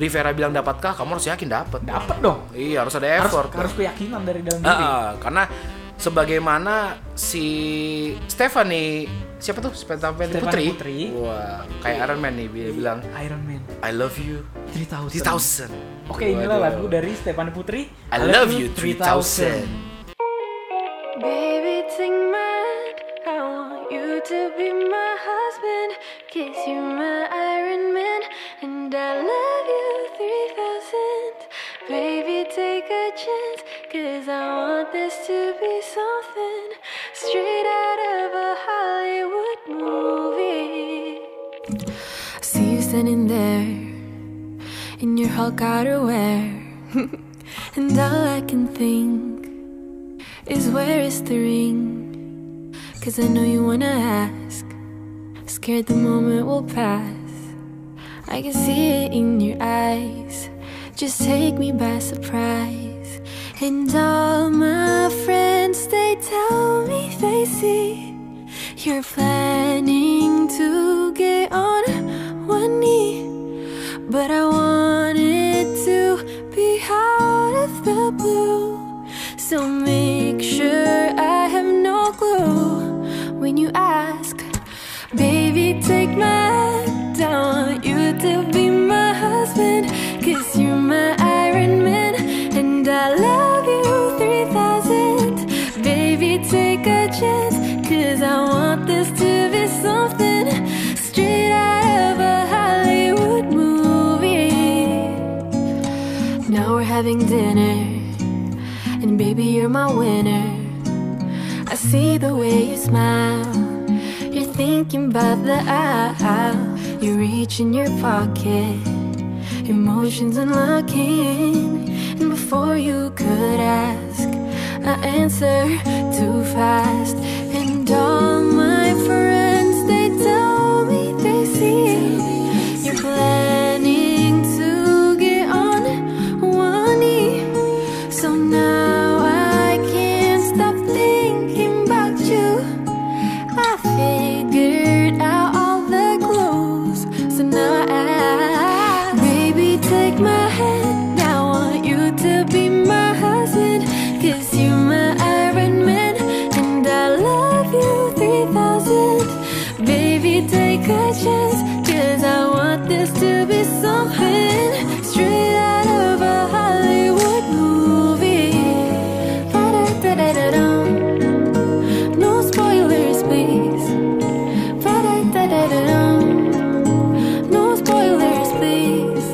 Speaker 2: Rivera bilang dapatkah kamu harus yakin dapat
Speaker 1: Dapat dong.
Speaker 2: iya harus ada
Speaker 1: Harus,
Speaker 2: effort
Speaker 1: harus keyakinan dari dalam
Speaker 2: Ah,
Speaker 1: diri.
Speaker 2: ah, karena sebagaimana si Stephanie siapa tuh Stephanie
Speaker 1: Stephanie
Speaker 2: Putri,
Speaker 1: Putri.
Speaker 2: wah kayak Iron Man nih dia bilang
Speaker 1: Iron Man
Speaker 2: I love you
Speaker 1: 3000.
Speaker 2: 3000
Speaker 1: Oke, inilah lagu
Speaker 2: Waduh.
Speaker 1: dari Stephanie Putri.
Speaker 2: I love you 3000
Speaker 4: Baby, take my hand. I want you to be my husband. Kiss you, my Iron Man. And I love you 3000. Baby, take a chance. Cause I want this to be something straight out of a Hollywood movie. See you standing there in your Hulk outerwear. and all I can think is where is the ring? Cause I know you wanna ask. Scared the moment will pass. I can see it in your eyes. Just take me by surprise. And all my friends, they tell me they see you're planning to get on one knee. But I want it to be out of the blue. So make sure I have no clue when you ask. Baby, take my hand. I want you to be my husband. Cause you're my Iron Man. And I love you 3000. Baby, take a chance. Cause I want this to be something straight out of a Hollywood movie. Now we're having dinner. And baby, you're my winner. I see the way you smile. You're thinking about the aisle. You reach in your pocket. Emotions unlocking. And before you could ask, I answer too fast. And all my friends, they tell me they see you're planning to get on one knee. So now I can't stop thinking about you. I figured out all the clues. So now I ask, baby, take my hand. I want you to be my husband. Cause you're my Iron Man. And I love you 3000. Baby, take a chance. Cause I want this to be something straight out of a Hollywood movie. Da-da-da-da-da-dum. No spoilers, please. Ba-da-da-da-da-dum. No spoilers, please.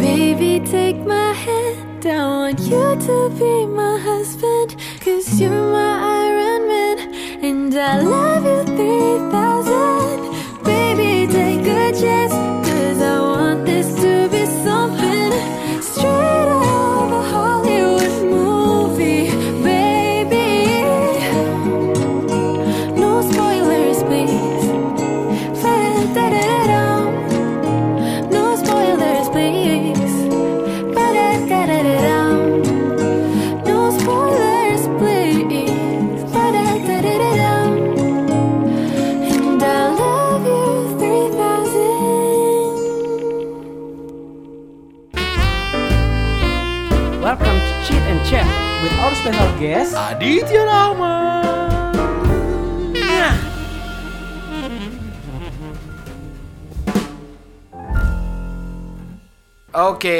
Speaker 4: Baby, take my hand. I want you to be my husband. Cause you're my Iron Man. And I love you 3000. Baby, take a chance. Cause I want this to be something straight out of a Hollywood movie. Baby, please. Planted it on. No spoilers, please. Planted it on. No spoilers, please. Planted it on. And I love you 3000.
Speaker 5: Welcome to Cheat and Chat.
Speaker 1: With our special guest.
Speaker 2: Ah. Aditya Rama. Oke,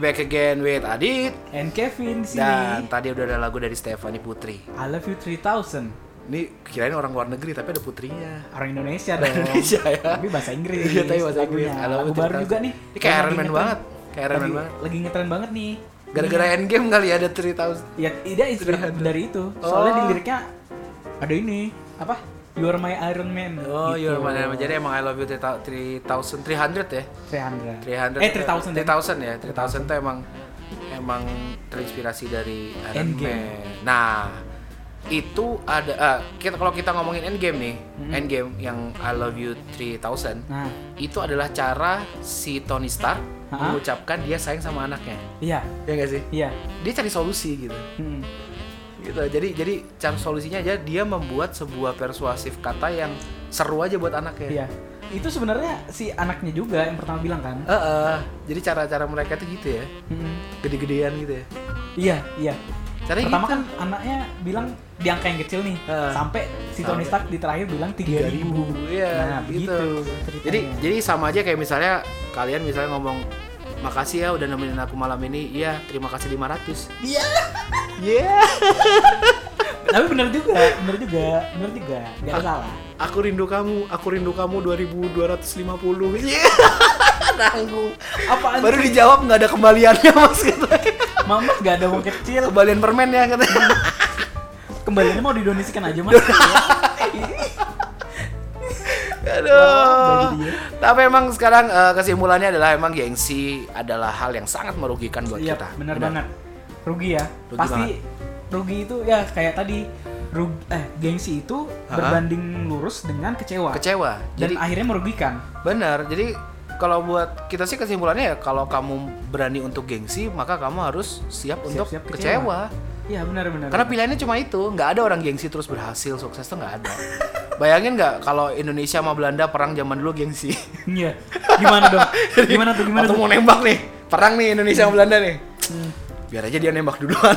Speaker 2: back again with Adit.
Speaker 1: And Kevin di sini.
Speaker 2: Dan tadi udah ada lagu dari Stefani Putri.
Speaker 1: I love you 3000.
Speaker 2: Ini kirain orang luar negeri tapi ada putrinya.
Speaker 1: Orang Indonesia Iya dong.
Speaker 2: Indonesia ya.
Speaker 1: Tapi bahasa Inggris.
Speaker 2: Iya, tapi bahasa Inggris.
Speaker 1: lagunya.
Speaker 2: I love
Speaker 1: Lagu
Speaker 2: you
Speaker 1: baru
Speaker 2: 3000.
Speaker 1: juga nih.
Speaker 2: Ini kayak
Speaker 1: Lagi
Speaker 2: Iron Man
Speaker 1: ngetren.
Speaker 2: banget. Kayak Iron Man
Speaker 1: Lagi-
Speaker 2: banget.
Speaker 1: Lagi ngetren banget nih.
Speaker 2: Gara-gara
Speaker 1: iya.
Speaker 2: Endgame kali ada 3000.
Speaker 1: Ya, tidak inspirasi dari itu. Soalnya
Speaker 2: Oh.
Speaker 1: di liriknya ada ini, apa? You are my Iron Man.
Speaker 2: Oh,
Speaker 1: gitu.
Speaker 2: iya mana jadi emang I love you 3000 300
Speaker 1: 300.
Speaker 2: ya. 300
Speaker 1: Eh, 3000.
Speaker 2: 3000 ya 3000 tuh emang emang terinspirasi dari Iron
Speaker 1: Endgame.
Speaker 2: Man. Nah itu ada ah, kita kalau kita ngomongin Endgame nih Endgame yang I Love You
Speaker 1: Mm-hmm.
Speaker 2: 3000
Speaker 1: Nah,
Speaker 2: itu adalah cara si Tony Stark
Speaker 1: Ha-ha.
Speaker 2: mengucapkan dia sayang sama anaknya
Speaker 1: iya,
Speaker 2: ya nggak sih
Speaker 1: iya.
Speaker 2: dia cari solusi gitu
Speaker 1: Hmm.
Speaker 2: gitu jadi jadi cara solusinya aja dia membuat sebuah persuasif kata yang seru aja buat anaknya
Speaker 1: Iya. Itu sebenarnya si anaknya juga yang pertama bilang kan.
Speaker 2: Heeh. jadi cara-cara mereka tuh gitu ya
Speaker 1: Mm-mm.
Speaker 2: gede-gedean gitu ya
Speaker 1: Iya, iya.
Speaker 2: Caranya
Speaker 1: Pertama
Speaker 2: gitu.
Speaker 1: kan anaknya bilang di angka yang kecil nih,
Speaker 2: Heeh.
Speaker 1: sampai si Tony
Speaker 2: Sampai.
Speaker 1: Stark di terakhir bilang 3000.
Speaker 2: Iya,
Speaker 1: Nah,
Speaker 2: gitu.
Speaker 1: begitu ceritanya.
Speaker 2: Jadi jadi sama aja kayak misalnya kalian misalnya ngomong makasih ya udah nemenin aku malam ini. Iya, terima kasih 500. Iya. Iya. ya-
Speaker 1: Tapi bener juga, bener juga, bener juga. Gak salah.
Speaker 2: Iya. Aku rindu kamu, aku rindu kamu 2250. Iya. Nanggung.
Speaker 1: Apaan
Speaker 2: Baru
Speaker 1: sih?
Speaker 2: dijawab nggak ada kembaliannya Mas katanya.
Speaker 1: Mama gak ada uang kecil.
Speaker 2: Kembalian permen ya katanya.
Speaker 1: Kembaliannya mau didonasikan aja, Mas. Iya,
Speaker 2: Aduh. Tapi emang sekarang eh, kesimpulannya adalah emang gengsi adalah hal yang sangat merugikan buat
Speaker 1: Iya,
Speaker 2: kita.
Speaker 1: bener banget. Rugi ya.
Speaker 2: Rugi
Speaker 1: Pasti rugi itu ya kayak tadi rugi, eh gengsi itu berbanding lurus dengan kecewa.
Speaker 2: Kecewa.
Speaker 1: Dan akhirnya merugikan.
Speaker 2: Benar. Jadi kalau buat kita sih kesimpulannya ya kalau kamu berani untuk gengsi maka kamu harus siap, untuk
Speaker 1: Siap-siap
Speaker 2: kecewa.
Speaker 1: kecewa. Iya, benar-benar.
Speaker 2: Karena pilihannya cuma itu, nggak ada orang gengsi terus berhasil sukses tuh nggak ada. Bayangin nggak kalau Indonesia sama Belanda perang zaman dulu gengsi.
Speaker 1: Iya. Gimana dong? Gimana tuh gimana
Speaker 2: Atau
Speaker 1: tuh? Hmm.
Speaker 2: mau nembak nih, perang nih Indonesia sama Belanda nih. Biar aja dia nembak duluan.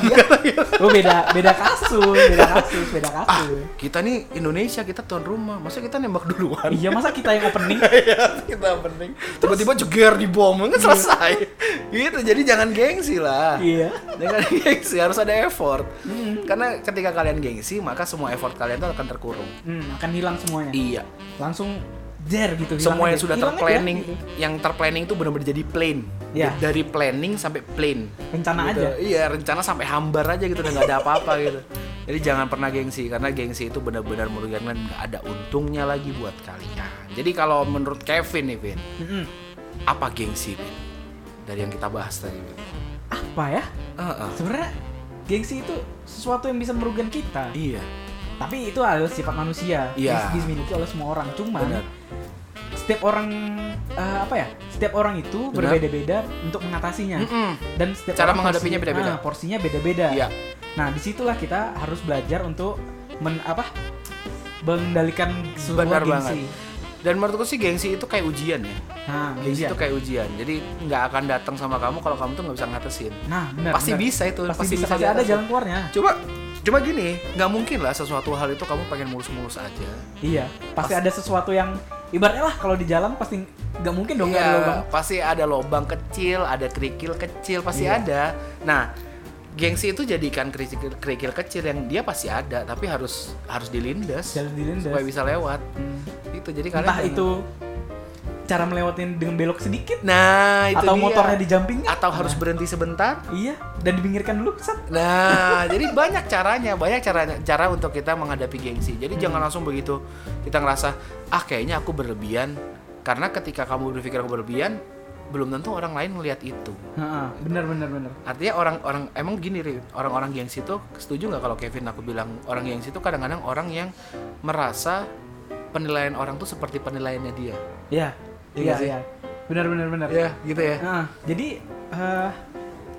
Speaker 1: Oh beda beda kasus, beda kasus, beda
Speaker 2: ah,
Speaker 1: kasus.
Speaker 2: kita nih Indonesia kita tuan rumah, masa kita nembak duluan?
Speaker 1: Iya masa kita yang opening?
Speaker 2: Iya, kita penting. Tiba-tiba jeger di bom, kan selesai. gitu, jadi jangan gengsi lah.
Speaker 1: Iya.
Speaker 2: Jangan gengsi, harus ada effort. Karena ketika kalian gengsi, maka semua effort kalian tuh akan terkurung.
Speaker 1: Hmm, akan hilang semuanya.
Speaker 2: Iya.
Speaker 1: Langsung der gitu. hilang
Speaker 2: Semua yang
Speaker 1: aja.
Speaker 2: sudah
Speaker 1: Hilang aja,
Speaker 2: terplanning,
Speaker 1: gitu.
Speaker 2: yang terplanning itu benar-benar jadi plain.
Speaker 1: Iya.
Speaker 2: D- Dari planning sampai plain.
Speaker 1: Rencana
Speaker 2: Gitu.
Speaker 1: aja.
Speaker 2: Iya, rencana sampai hambar aja gitu udah nggak ada apa-apa gitu. Jadi jangan pernah gengsi karena gengsi itu benar-benar merugikan dan nggak ada untungnya lagi buat kalian. Jadi kalau menurut Kevin nih, Vin,
Speaker 1: Mm-mm.
Speaker 2: apa gengsi Bin? dari yang kita bahas tadi Bin.
Speaker 1: Apa ya?
Speaker 2: Heeh.
Speaker 1: Sebenarnya gengsi itu sesuatu yang bisa merugikan kita.
Speaker 2: iya
Speaker 1: Tapi itu adalah sifat manusia.
Speaker 2: Iya.
Speaker 1: Gengsi dimiliki oleh semua orang. Cuman
Speaker 2: Benar.
Speaker 1: setiap orang eh, apa ya? Setiap orang itu
Speaker 2: Benar.
Speaker 1: berbeda-beda untuk mengatasinya.
Speaker 2: Mm-mm.
Speaker 1: Dan setiap
Speaker 2: Cara
Speaker 1: orang
Speaker 2: menghadapinya
Speaker 1: porsinya-
Speaker 2: beda-beda.
Speaker 1: ah, porsinya beda-beda.
Speaker 2: Iya.
Speaker 1: Nah, disitulah kita harus belajar untuk men apa? Mengendalikan sebuah
Speaker 2: Benar
Speaker 1: gengsi.
Speaker 2: banget. dan menurutku sih gengsi itu kayak ujian ya
Speaker 1: Nah,
Speaker 2: gengsi
Speaker 1: ujian.
Speaker 2: itu kayak ujian jadi nggak akan datang sama kamu kalau kamu tuh nggak bisa ngatasin
Speaker 1: Nah, benar.
Speaker 2: pasti
Speaker 1: benar.
Speaker 2: bisa itu
Speaker 1: Pasti, bisa, pasti ada
Speaker 2: diatasin.
Speaker 1: jalan keluarnya.
Speaker 2: coba coba gini nggak mungkin lah sesuatu hal itu kamu pengen mulus-mulus aja
Speaker 1: Iya, pasti ada sesuatu yang ibaratnya lah kalau di jalan pasti nggak mungkin dong nggak
Speaker 2: Iya,
Speaker 1: ada lubang.
Speaker 2: pasti ada lobang kecil, ada kerikil kecil, pasti
Speaker 1: Iya.
Speaker 2: ada. Nah, gengsi itu jadikan kerikil, kerikil kecil yang dia pasti ada, tapi harus harus dilindas,
Speaker 1: Harus dilindas.
Speaker 2: supaya bisa lewat. Itu jadi kalian
Speaker 1: Entah
Speaker 2: jangan-
Speaker 1: itu cara melewatin dengan belok sedikit
Speaker 2: Nah, itu
Speaker 1: atau
Speaker 2: dia.
Speaker 1: motornya di jumping nggak?
Speaker 2: atau harus berhenti sebentar.
Speaker 1: Iya, dan dipinggirkan dulu set.
Speaker 2: Nah, jadi banyak caranya, banyak caranya cara untuk kita menghadapi gengsi. Jadi jangan langsung begitu kita ngerasa ah kayaknya aku berlebihan karena ketika kamu berpikir aku berlebihan, belum tentu orang lain melihat itu.
Speaker 1: Heeh, benar benar benar.
Speaker 2: Artinya orang-orang emang gini Ri, orang-orang gengsi itu setuju nggak kalau Kevin aku bilang orang gengsi itu kadang-kadang orang yang merasa penilaian orang tuh seperti penilaiannya dia.
Speaker 1: Iya. Iya,
Speaker 2: Iya nggak sih?
Speaker 1: iya. Benar benar benar.
Speaker 2: Ya, gitu ya.
Speaker 1: Nah, jadi eh,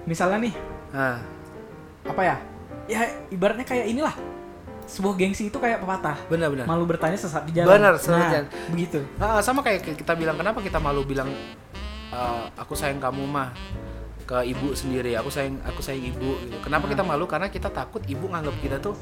Speaker 1: misalnya nih
Speaker 2: Nah,
Speaker 1: apa ya? Ya ibaratnya kayak inilah. Sebuah gengsi itu kayak pepatah.
Speaker 2: benar-benar.
Speaker 1: Malu bertanya sesat di jalan.
Speaker 2: Benar, sesat di
Speaker 1: Nah,
Speaker 2: jalan.
Speaker 1: Begitu.
Speaker 2: Nah, sama kayak kita bilang kenapa kita malu bilang "Eh, aku sayang kamu mah ke ibu sendiri. Aku sayang aku sayang ibu gitu. Kenapa kita malu? Karena kita takut ibu nganggap kita tuh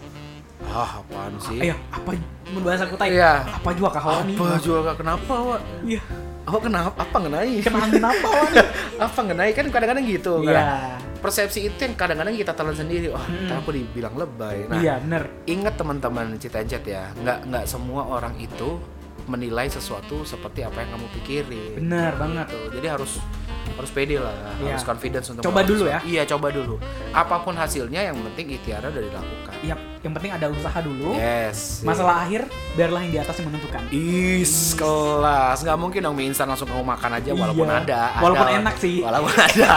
Speaker 2: ah apaan sih?
Speaker 1: Ayo, apa menurut aku tai?
Speaker 2: Iya.
Speaker 1: Apa juga kah
Speaker 2: apa
Speaker 1: iya. awak nih?
Speaker 2: juga kenapa Wak?
Speaker 1: Iya.
Speaker 2: Oh kenapa? Apa ngenai?
Speaker 1: Kena angin apa awak nih?
Speaker 2: apa ngenai kan kadang-kadang gitu
Speaker 1: Iya.
Speaker 2: kan? Persepsi itu yang kadang-kadang kita telan sendiri. Wah,
Speaker 1: Mm-mm.
Speaker 2: ntar aku dibilang lebay. Nah,
Speaker 1: Iya, benar.
Speaker 2: ingat teman-teman cita chat ya, nggak nggak semua orang itu menilai sesuatu seperti apa yang kamu pikirin.
Speaker 1: Benar banget.
Speaker 2: Gitu. Jadi harus harus pede lah,
Speaker 1: Iya.
Speaker 2: harus confidence untuk
Speaker 1: Coba
Speaker 2: melakukan
Speaker 1: dulu ya.
Speaker 2: sesuatu. Iya, coba dulu. Apapun hasilnya yang penting ikhtiar udah dilakukan.
Speaker 1: Iya, yang penting ada usaha dulu.
Speaker 2: Iya Yes.
Speaker 1: Iya. Masalah akhir biarlah yang di atas yang menentukan.
Speaker 2: Is kelas nggak mungkin dong mie instan langsung kamu makan aja walaupun
Speaker 1: Iya.
Speaker 2: ada, ada.
Speaker 1: Walaupun enak sih.
Speaker 2: Walaupun ada.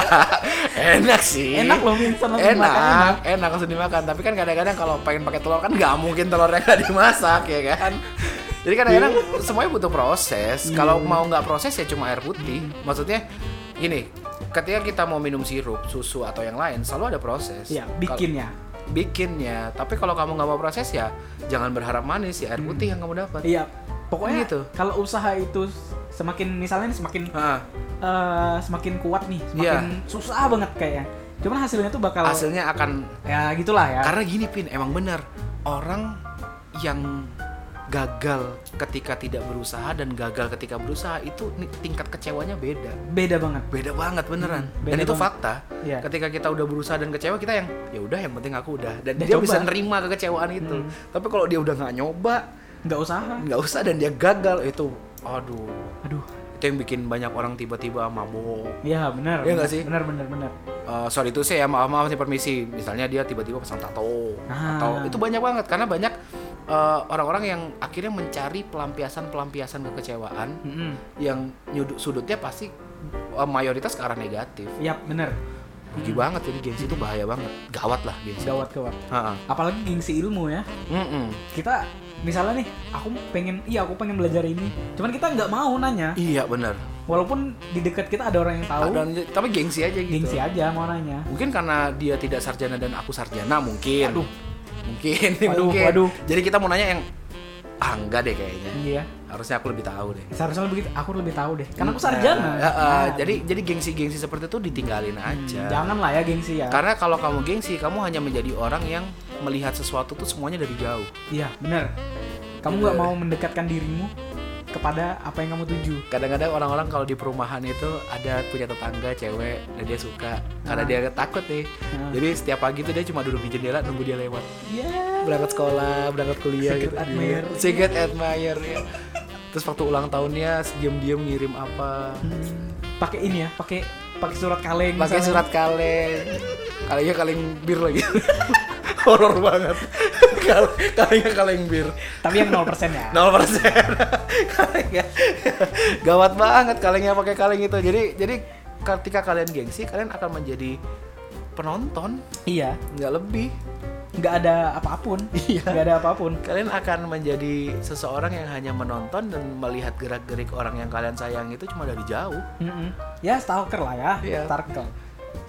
Speaker 2: enak sih.
Speaker 1: Enak loh mie instan langsung
Speaker 2: enak,
Speaker 1: dimakan,
Speaker 2: enak, langsung dimakan. Tapi kan kadang-kadang kalau pengen pakai telur kan nggak mungkin telurnya nggak dimasak ya kan. Jadi kadang-kadang
Speaker 1: Iya.
Speaker 2: semuanya butuh proses. Kalau mau nggak proses ya cuma air putih. Maksudnya gini, ketika kita mau minum sirup, susu atau yang lain selalu ada proses.
Speaker 1: Iya,
Speaker 2: Kalau-
Speaker 1: bikinnya.
Speaker 2: bikinnya. Tapi kalau kamu nggak mau proses ya jangan berharap manis ya air putih yang kamu dapat.
Speaker 1: Iya, pokoknya
Speaker 2: Gitu.
Speaker 1: Kalau usaha itu semakin misalnya nih, semakin
Speaker 2: Ah,
Speaker 1: eh, semakin kuat nih,
Speaker 2: Iya.
Speaker 1: semakin susah banget kayaknya. Cuman hasilnya tuh bakal
Speaker 2: hasilnya akan
Speaker 1: ya gitulah ya.
Speaker 2: karena gini pin emang bener orang yang gagal ketika tidak berusaha dan gagal ketika berusaha itu ni- tingkat kecewanya beda
Speaker 1: Beda banget.
Speaker 2: beda banget beneran
Speaker 1: Hmm,
Speaker 2: dan
Speaker 1: beda
Speaker 2: itu
Speaker 1: banget.
Speaker 2: fakta
Speaker 1: Iya.
Speaker 2: ketika kita udah berusaha dan kecewa kita yang ya udah yang penting aku udah dan
Speaker 1: Udah
Speaker 2: dia
Speaker 1: coba. Hmm.
Speaker 2: bisa nerima kekecewaan itu tapi kalau dia udah nggak nyoba
Speaker 1: Nggak usaha.
Speaker 2: nggak usah dan dia gagal itu aduh
Speaker 1: Aduh.
Speaker 2: itu yang bikin banyak orang tiba-tiba mabok
Speaker 1: Iya, benar.
Speaker 2: Iya nggak
Speaker 1: benar,
Speaker 2: sih?
Speaker 1: Benar, benar, benar.
Speaker 2: Eh, sorry itu saya maaf maaf sih permisi misalnya dia tiba-tiba pasang tato
Speaker 1: Ah.
Speaker 2: atau itu banyak banget karena banyak eh, orang-orang yang akhirnya mencari pelampiasan pelampiasan kekecewaan
Speaker 1: Mm-mm.
Speaker 2: yang nyudut sudutnya pasti eh, mayoritas ke arah negatif
Speaker 1: Iya, benar.
Speaker 2: rugi
Speaker 1: Hmm.
Speaker 2: banget jadi gengsi itu bahaya banget gawat lah gengsi
Speaker 1: Gawat gawat.
Speaker 2: Ha-ha.
Speaker 1: Apalagi gengsi ilmu ya.
Speaker 2: Mm-mm.
Speaker 1: Kita misalnya nih, aku pengen, iya aku pengen belajar ini. Cuman kita nggak mau nanya,
Speaker 2: iya benar
Speaker 1: walaupun di dekat kita ada orang yang tahu.
Speaker 2: Dan- tapi gengsi aja gitu
Speaker 1: Gengsi aja mau nanya.
Speaker 2: mungkin karena dia tidak sarjana dan aku sarjana mungkin
Speaker 1: Waduh.
Speaker 2: mungkin
Speaker 1: Waduh,
Speaker 2: mungkin
Speaker 1: waduh.
Speaker 2: jadi kita mau nanya yang ah enggak deh kayaknya
Speaker 1: Iya.
Speaker 2: harusnya aku lebih tahu deh
Speaker 1: Seharusnya begitu, aku lebih tahu deh. Karena aku
Speaker 2: Nah,
Speaker 1: sarjana.
Speaker 2: ya, eh,
Speaker 1: Nah,
Speaker 2: jadi jadi gengsi-gengsi seperti itu ditinggalin aja.
Speaker 1: Jangan lah ya gengsi ya.
Speaker 2: iya. Karena kalau kamu gengsi, kamu hanya menjadi orang yang melihat sesuatu tuh semuanya dari jauh.
Speaker 1: Iya, benar. Kamu nggak mau mendekatkan dirimu kepada apa yang kamu tuju.
Speaker 2: Kadang-kadang orang-orang kalau di perumahan itu ada punya tetangga cewek dan dia suka karena dia
Speaker 1: Ah.
Speaker 2: takut nih.
Speaker 1: Nah.
Speaker 2: Jadi setiap pagi tuh dia cuma duduk di jendela nunggu dia lewat.
Speaker 1: Iya.
Speaker 2: Berangkat sekolah, berangkat kuliah
Speaker 1: Secret
Speaker 2: gitu.
Speaker 1: admirer.
Speaker 2: Iya. Secret admirer. ya. Terus waktu ulang tahunnya diam-diam ngirim apa?
Speaker 1: Pakai ini ya, pakai pakai surat kaleng.
Speaker 2: pakai
Speaker 1: misalnya.
Speaker 2: surat kaleng kalengnya kaleng bir lagi horor banget Kal- kalengnya kaleng bir
Speaker 1: Tapi yang 0% ya.
Speaker 2: 0% kalengnya gawat banget kalengnya pakai kaleng itu jadi jadi ketika kalian gengsi kalian akan menjadi penonton
Speaker 1: Iya.
Speaker 2: nggak lebih
Speaker 1: Nggak ada apapun.
Speaker 2: Iya.
Speaker 1: Nggak ada apapun.
Speaker 2: kalian akan menjadi seseorang yang hanya menonton dan melihat gerak-gerik orang yang kalian sayang itu cuma dari jauh
Speaker 1: Mm-mm. Ya stalker lah ya.
Speaker 2: Iya.
Speaker 1: Stalker.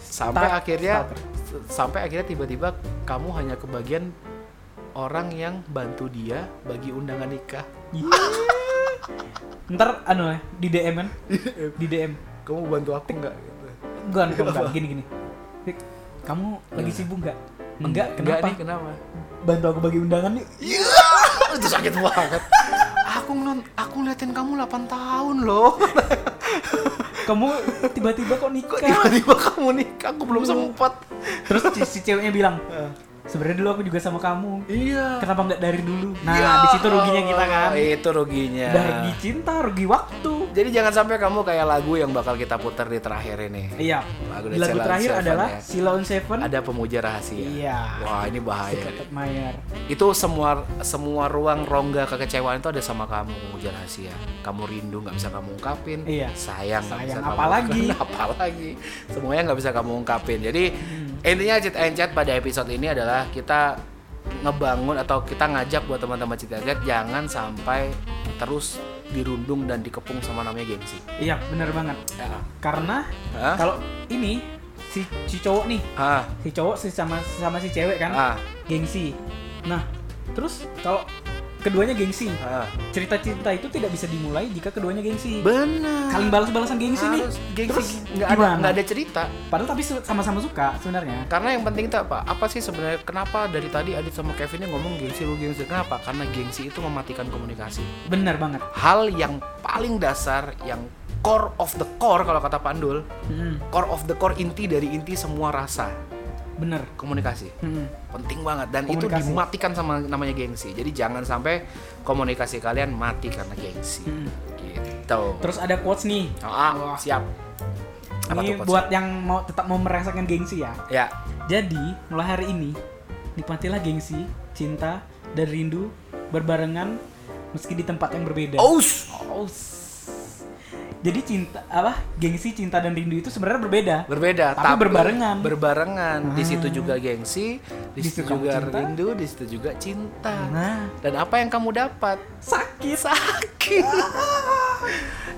Speaker 2: sampai
Speaker 1: Stalk-
Speaker 2: akhirnya
Speaker 1: stalker.
Speaker 2: s- sampai akhirnya tiba-tiba kamu hanya kebagian orang yang bantu dia bagi undangan nikah
Speaker 1: Iya. Ntar anu ya, di DM kan? Di DM.
Speaker 2: kamu bantu aku nggak gitu.
Speaker 1: Gue anu gini gini. Tik, Kamu lagi sibuk nggak? Enggak, kenapa?
Speaker 2: Nggak Iya. Hmm, nih kenapa
Speaker 1: Bantu aku bagi undangan yuk.
Speaker 2: itu sakit banget aku ngelon aku ngeliatin kamu 8 tahun loh
Speaker 1: Kamu tiba-tiba kok nikah?
Speaker 2: kok tiba-tiba kamu nikah aku belum sempat
Speaker 1: Terus si, si ceweknya bilang, sebenarnya dulu aku juga sama kamu.
Speaker 2: iya
Speaker 1: Kenapa nggak dari dulu? Nah,
Speaker 2: Ya
Speaker 1: di situ ruginya kita kan. gitu.
Speaker 2: Allah, Iya. itu ruginya
Speaker 1: Udah rugi cinta, rugi waktu.
Speaker 2: jadi jangan sampai kamu kayak lagu yang bakal kita putar di terakhir ini
Speaker 1: Iya.
Speaker 2: Lagu dari
Speaker 1: Lagu
Speaker 2: Sheila on
Speaker 1: terakhir
Speaker 2: Seven
Speaker 1: adalah
Speaker 2: ya.
Speaker 1: Sila on Seven.
Speaker 2: ada pemuja rahasia
Speaker 1: Iya.
Speaker 2: wah ini bahaya
Speaker 1: Secret Admirer.
Speaker 2: itu semua semua ruang rongga kekecewaan itu ada sama kamu ujar rahasia kamu rindu nggak bisa kamu ungkapin
Speaker 1: Iya.
Speaker 2: sayang nggak bisa
Speaker 1: Sayang,
Speaker 2: kamu
Speaker 1: apalagi.
Speaker 2: ungkapin, apalagi semuanya nggak bisa kamu ungkapin jadi
Speaker 1: Hmm.
Speaker 2: intinya chat and chat pada episode ini adalah kita ngebangun atau kita ngajak buat teman-teman chat and chat jangan sampai terus dirundung dan dikepung sama namanya gengsi.
Speaker 1: Iya, bener banget.
Speaker 2: Ya.
Speaker 1: Karena
Speaker 2: Hah?
Speaker 1: kalau ini si, si cowok nih,
Speaker 2: Ah,
Speaker 1: si cowok si sama sama si cewek kan,
Speaker 2: ah,
Speaker 1: gengsi. Nah, terus kalau keduanya gengsi,
Speaker 2: ah.
Speaker 1: cerita-cerita itu tidak bisa dimulai jika keduanya gengsi.
Speaker 2: Benar.
Speaker 1: Saling balas-balasan gengsi nih.
Speaker 2: Harus gengsi
Speaker 1: Terus
Speaker 2: nggak ada
Speaker 1: gimana?
Speaker 2: nggak ada cerita.
Speaker 1: Padahal tapi se- sama-sama suka sebenarnya.
Speaker 2: Karena yang penting itu apa? Apa sih sebenarnya kenapa dari tadi Adit sama Kevinnya ngomong gengsi lu gengsi? Kenapa? Karena gengsi itu mematikan komunikasi.
Speaker 1: Bener banget.
Speaker 2: Hal yang paling dasar yang core of the core kalau kata Pandul,
Speaker 1: Mm,
Speaker 2: core of the core inti dari inti semua rasa
Speaker 1: bener.
Speaker 2: komunikasi.
Speaker 1: Mm.
Speaker 2: penting banget dan itu
Speaker 1: Komunikasi.
Speaker 2: dimatikan sama namanya gengsi jadi jangan sampai komunikasi kalian mati karena gengsi
Speaker 1: Mm.
Speaker 2: gitu
Speaker 1: Terus ada quotes nih.
Speaker 2: Oh, ah,
Speaker 1: Wah.
Speaker 2: siap apa
Speaker 1: ini
Speaker 2: tuh
Speaker 1: buat yang mau tetap mau merasakan gengsi ya.
Speaker 2: ya
Speaker 1: Jadi, mulai hari ini nikmatilah gengsi, cinta, dan rindu berbarengan meski di tempat yang berbeda.
Speaker 2: aus
Speaker 1: Aus. Jadi cinta apa? Gengsi, cinta dan rindu itu sebenarnya berbeda.
Speaker 2: berbeda
Speaker 1: Tapi berbarengan. Ah.
Speaker 2: berbarengan di situ juga gengsi
Speaker 1: Di
Speaker 2: di situ
Speaker 1: situ kamu
Speaker 2: juga
Speaker 1: cinta.
Speaker 2: rindu di situ juga cinta
Speaker 1: Nah,
Speaker 2: dan apa yang kamu dapat
Speaker 1: sakit.
Speaker 2: sakit.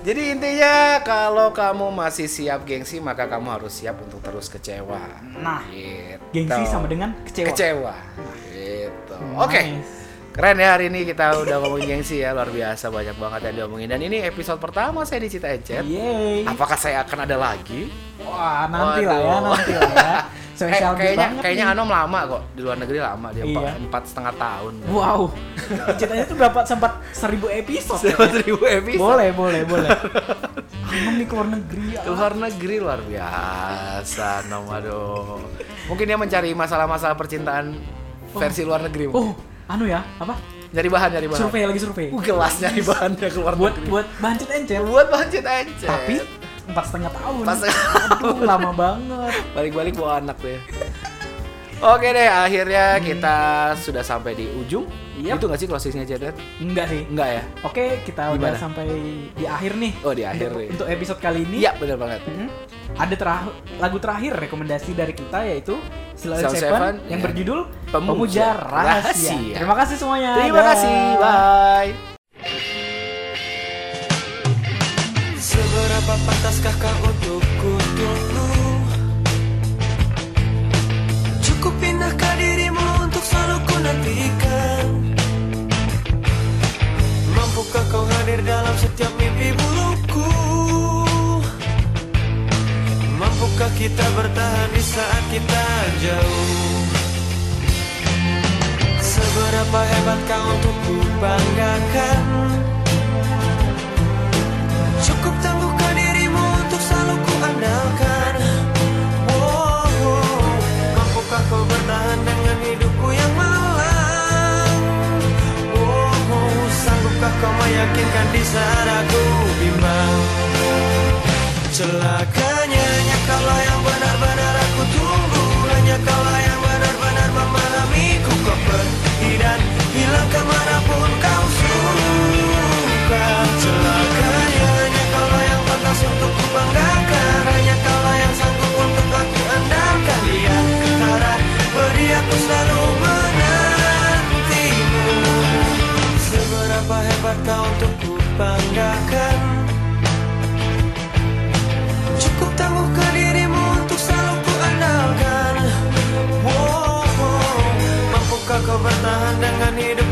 Speaker 2: Jadi intinya kalau kamu masih siap gengsi maka kamu harus siap untuk terus kecewa.
Speaker 1: Nah,
Speaker 2: Gitu.
Speaker 1: Gengsi sama dengan kecewa. Nah.
Speaker 2: kecewa. Gitu.
Speaker 1: Nice.
Speaker 2: Oke. Keren ya hari ini kita udah ngomongin gengsi ya luar biasa banyak banget yang diomongin dan ini episode pertama saya di Cita Encet.
Speaker 1: Yeay.
Speaker 2: Apakah saya akan ada lagi?
Speaker 1: Wah, nanti lah ya,
Speaker 2: Ah. Waduh.
Speaker 1: nanti lah ya.
Speaker 2: Eh,
Speaker 1: Spesial
Speaker 2: kayaknya
Speaker 1: banget
Speaker 2: kayaknya
Speaker 1: nih.
Speaker 2: Anom lama kok di luar negeri lama dia
Speaker 1: Iya.
Speaker 2: empat- empat setengah tahun.
Speaker 1: Wow. Ceritanya tuh berapa sempat seribu episode.
Speaker 2: Seribu seribu episode.
Speaker 1: Boleh, boleh, boleh. Anom nih ke luar negeri. ya.
Speaker 2: luar negeri luar biasa nomado mungkin dia mencari masalah-masalah percintaan versi luar negeri
Speaker 1: Oh,
Speaker 2: mungkin.
Speaker 1: anu ya, apa?
Speaker 2: nyari bahan nyari bahan
Speaker 1: Survei lagi survei.
Speaker 2: Uh, gelas nyari bahannya keluar
Speaker 1: Buat buat bancet encel.
Speaker 2: buat budget aja
Speaker 1: Tapi empat setengah tahun.
Speaker 2: Empat setengah
Speaker 1: Aduh, lama banget.
Speaker 2: balik-balik bawa anak deh Oke deh, akhirnya kita sudah sampai di ujung.
Speaker 1: Yep.
Speaker 2: Itu nggak sih closingnya Cedet?
Speaker 1: Enggak sih.
Speaker 2: Enggak ya?
Speaker 1: Oke, kita udah
Speaker 2: Gimana?
Speaker 1: sampai di akhir nih.
Speaker 2: Oh, di akhir
Speaker 1: Untuk,
Speaker 2: nih.
Speaker 1: untuk episode kali ini.
Speaker 2: Iya, bener banget.
Speaker 1: Mhm. Ada terah- lagu terakhir rekomendasi dari kita yaitu Silent
Speaker 2: Silent
Speaker 1: Seven,
Speaker 2: Seven,
Speaker 1: yang
Speaker 2: ya.
Speaker 1: berjudul
Speaker 2: Pemuja
Speaker 1: Pemuja, Rahasia.
Speaker 2: Rahasia.
Speaker 1: Terima kasih semuanya.
Speaker 2: Terima
Speaker 1: Dah.
Speaker 2: kasih, bye.
Speaker 3: Seberapa pantaskah kau untuk ku tunggu? Cukup pindahkah dirimu untuk selalu ku nantikan? Mampukah kau hadir dalam setiap mimpi buluku? Mampukah kita bertahan di saat kita jauh? Seberapa hebat kau untuk ku banggakan? Cukup tangguhkan dirimu untuk selalu ku andalkan Wow, Mampukah kau bertahan dengan hidupku yang malang Wow, Sanggupkah kau meyakinkan di saat aku bimbang Celakanya hanya kaulah yang benar-benar aku tunggu Hanya kaulah yang benar-benar memahamiku Kau pergi dan hilang kemanapun kau suka Celakanya hanya kaulah yang pantas untuk ku banggakan Hanya kaulah yang sanggup untuk aku andalkan Di antara beri aku selalu menantimu Seberapa hebat kau untuk ku banggakan Cukup tangguhkan dirimu untuk selalu ku andalkan wow, Mampukah kau bertahan dengan hidup Oh,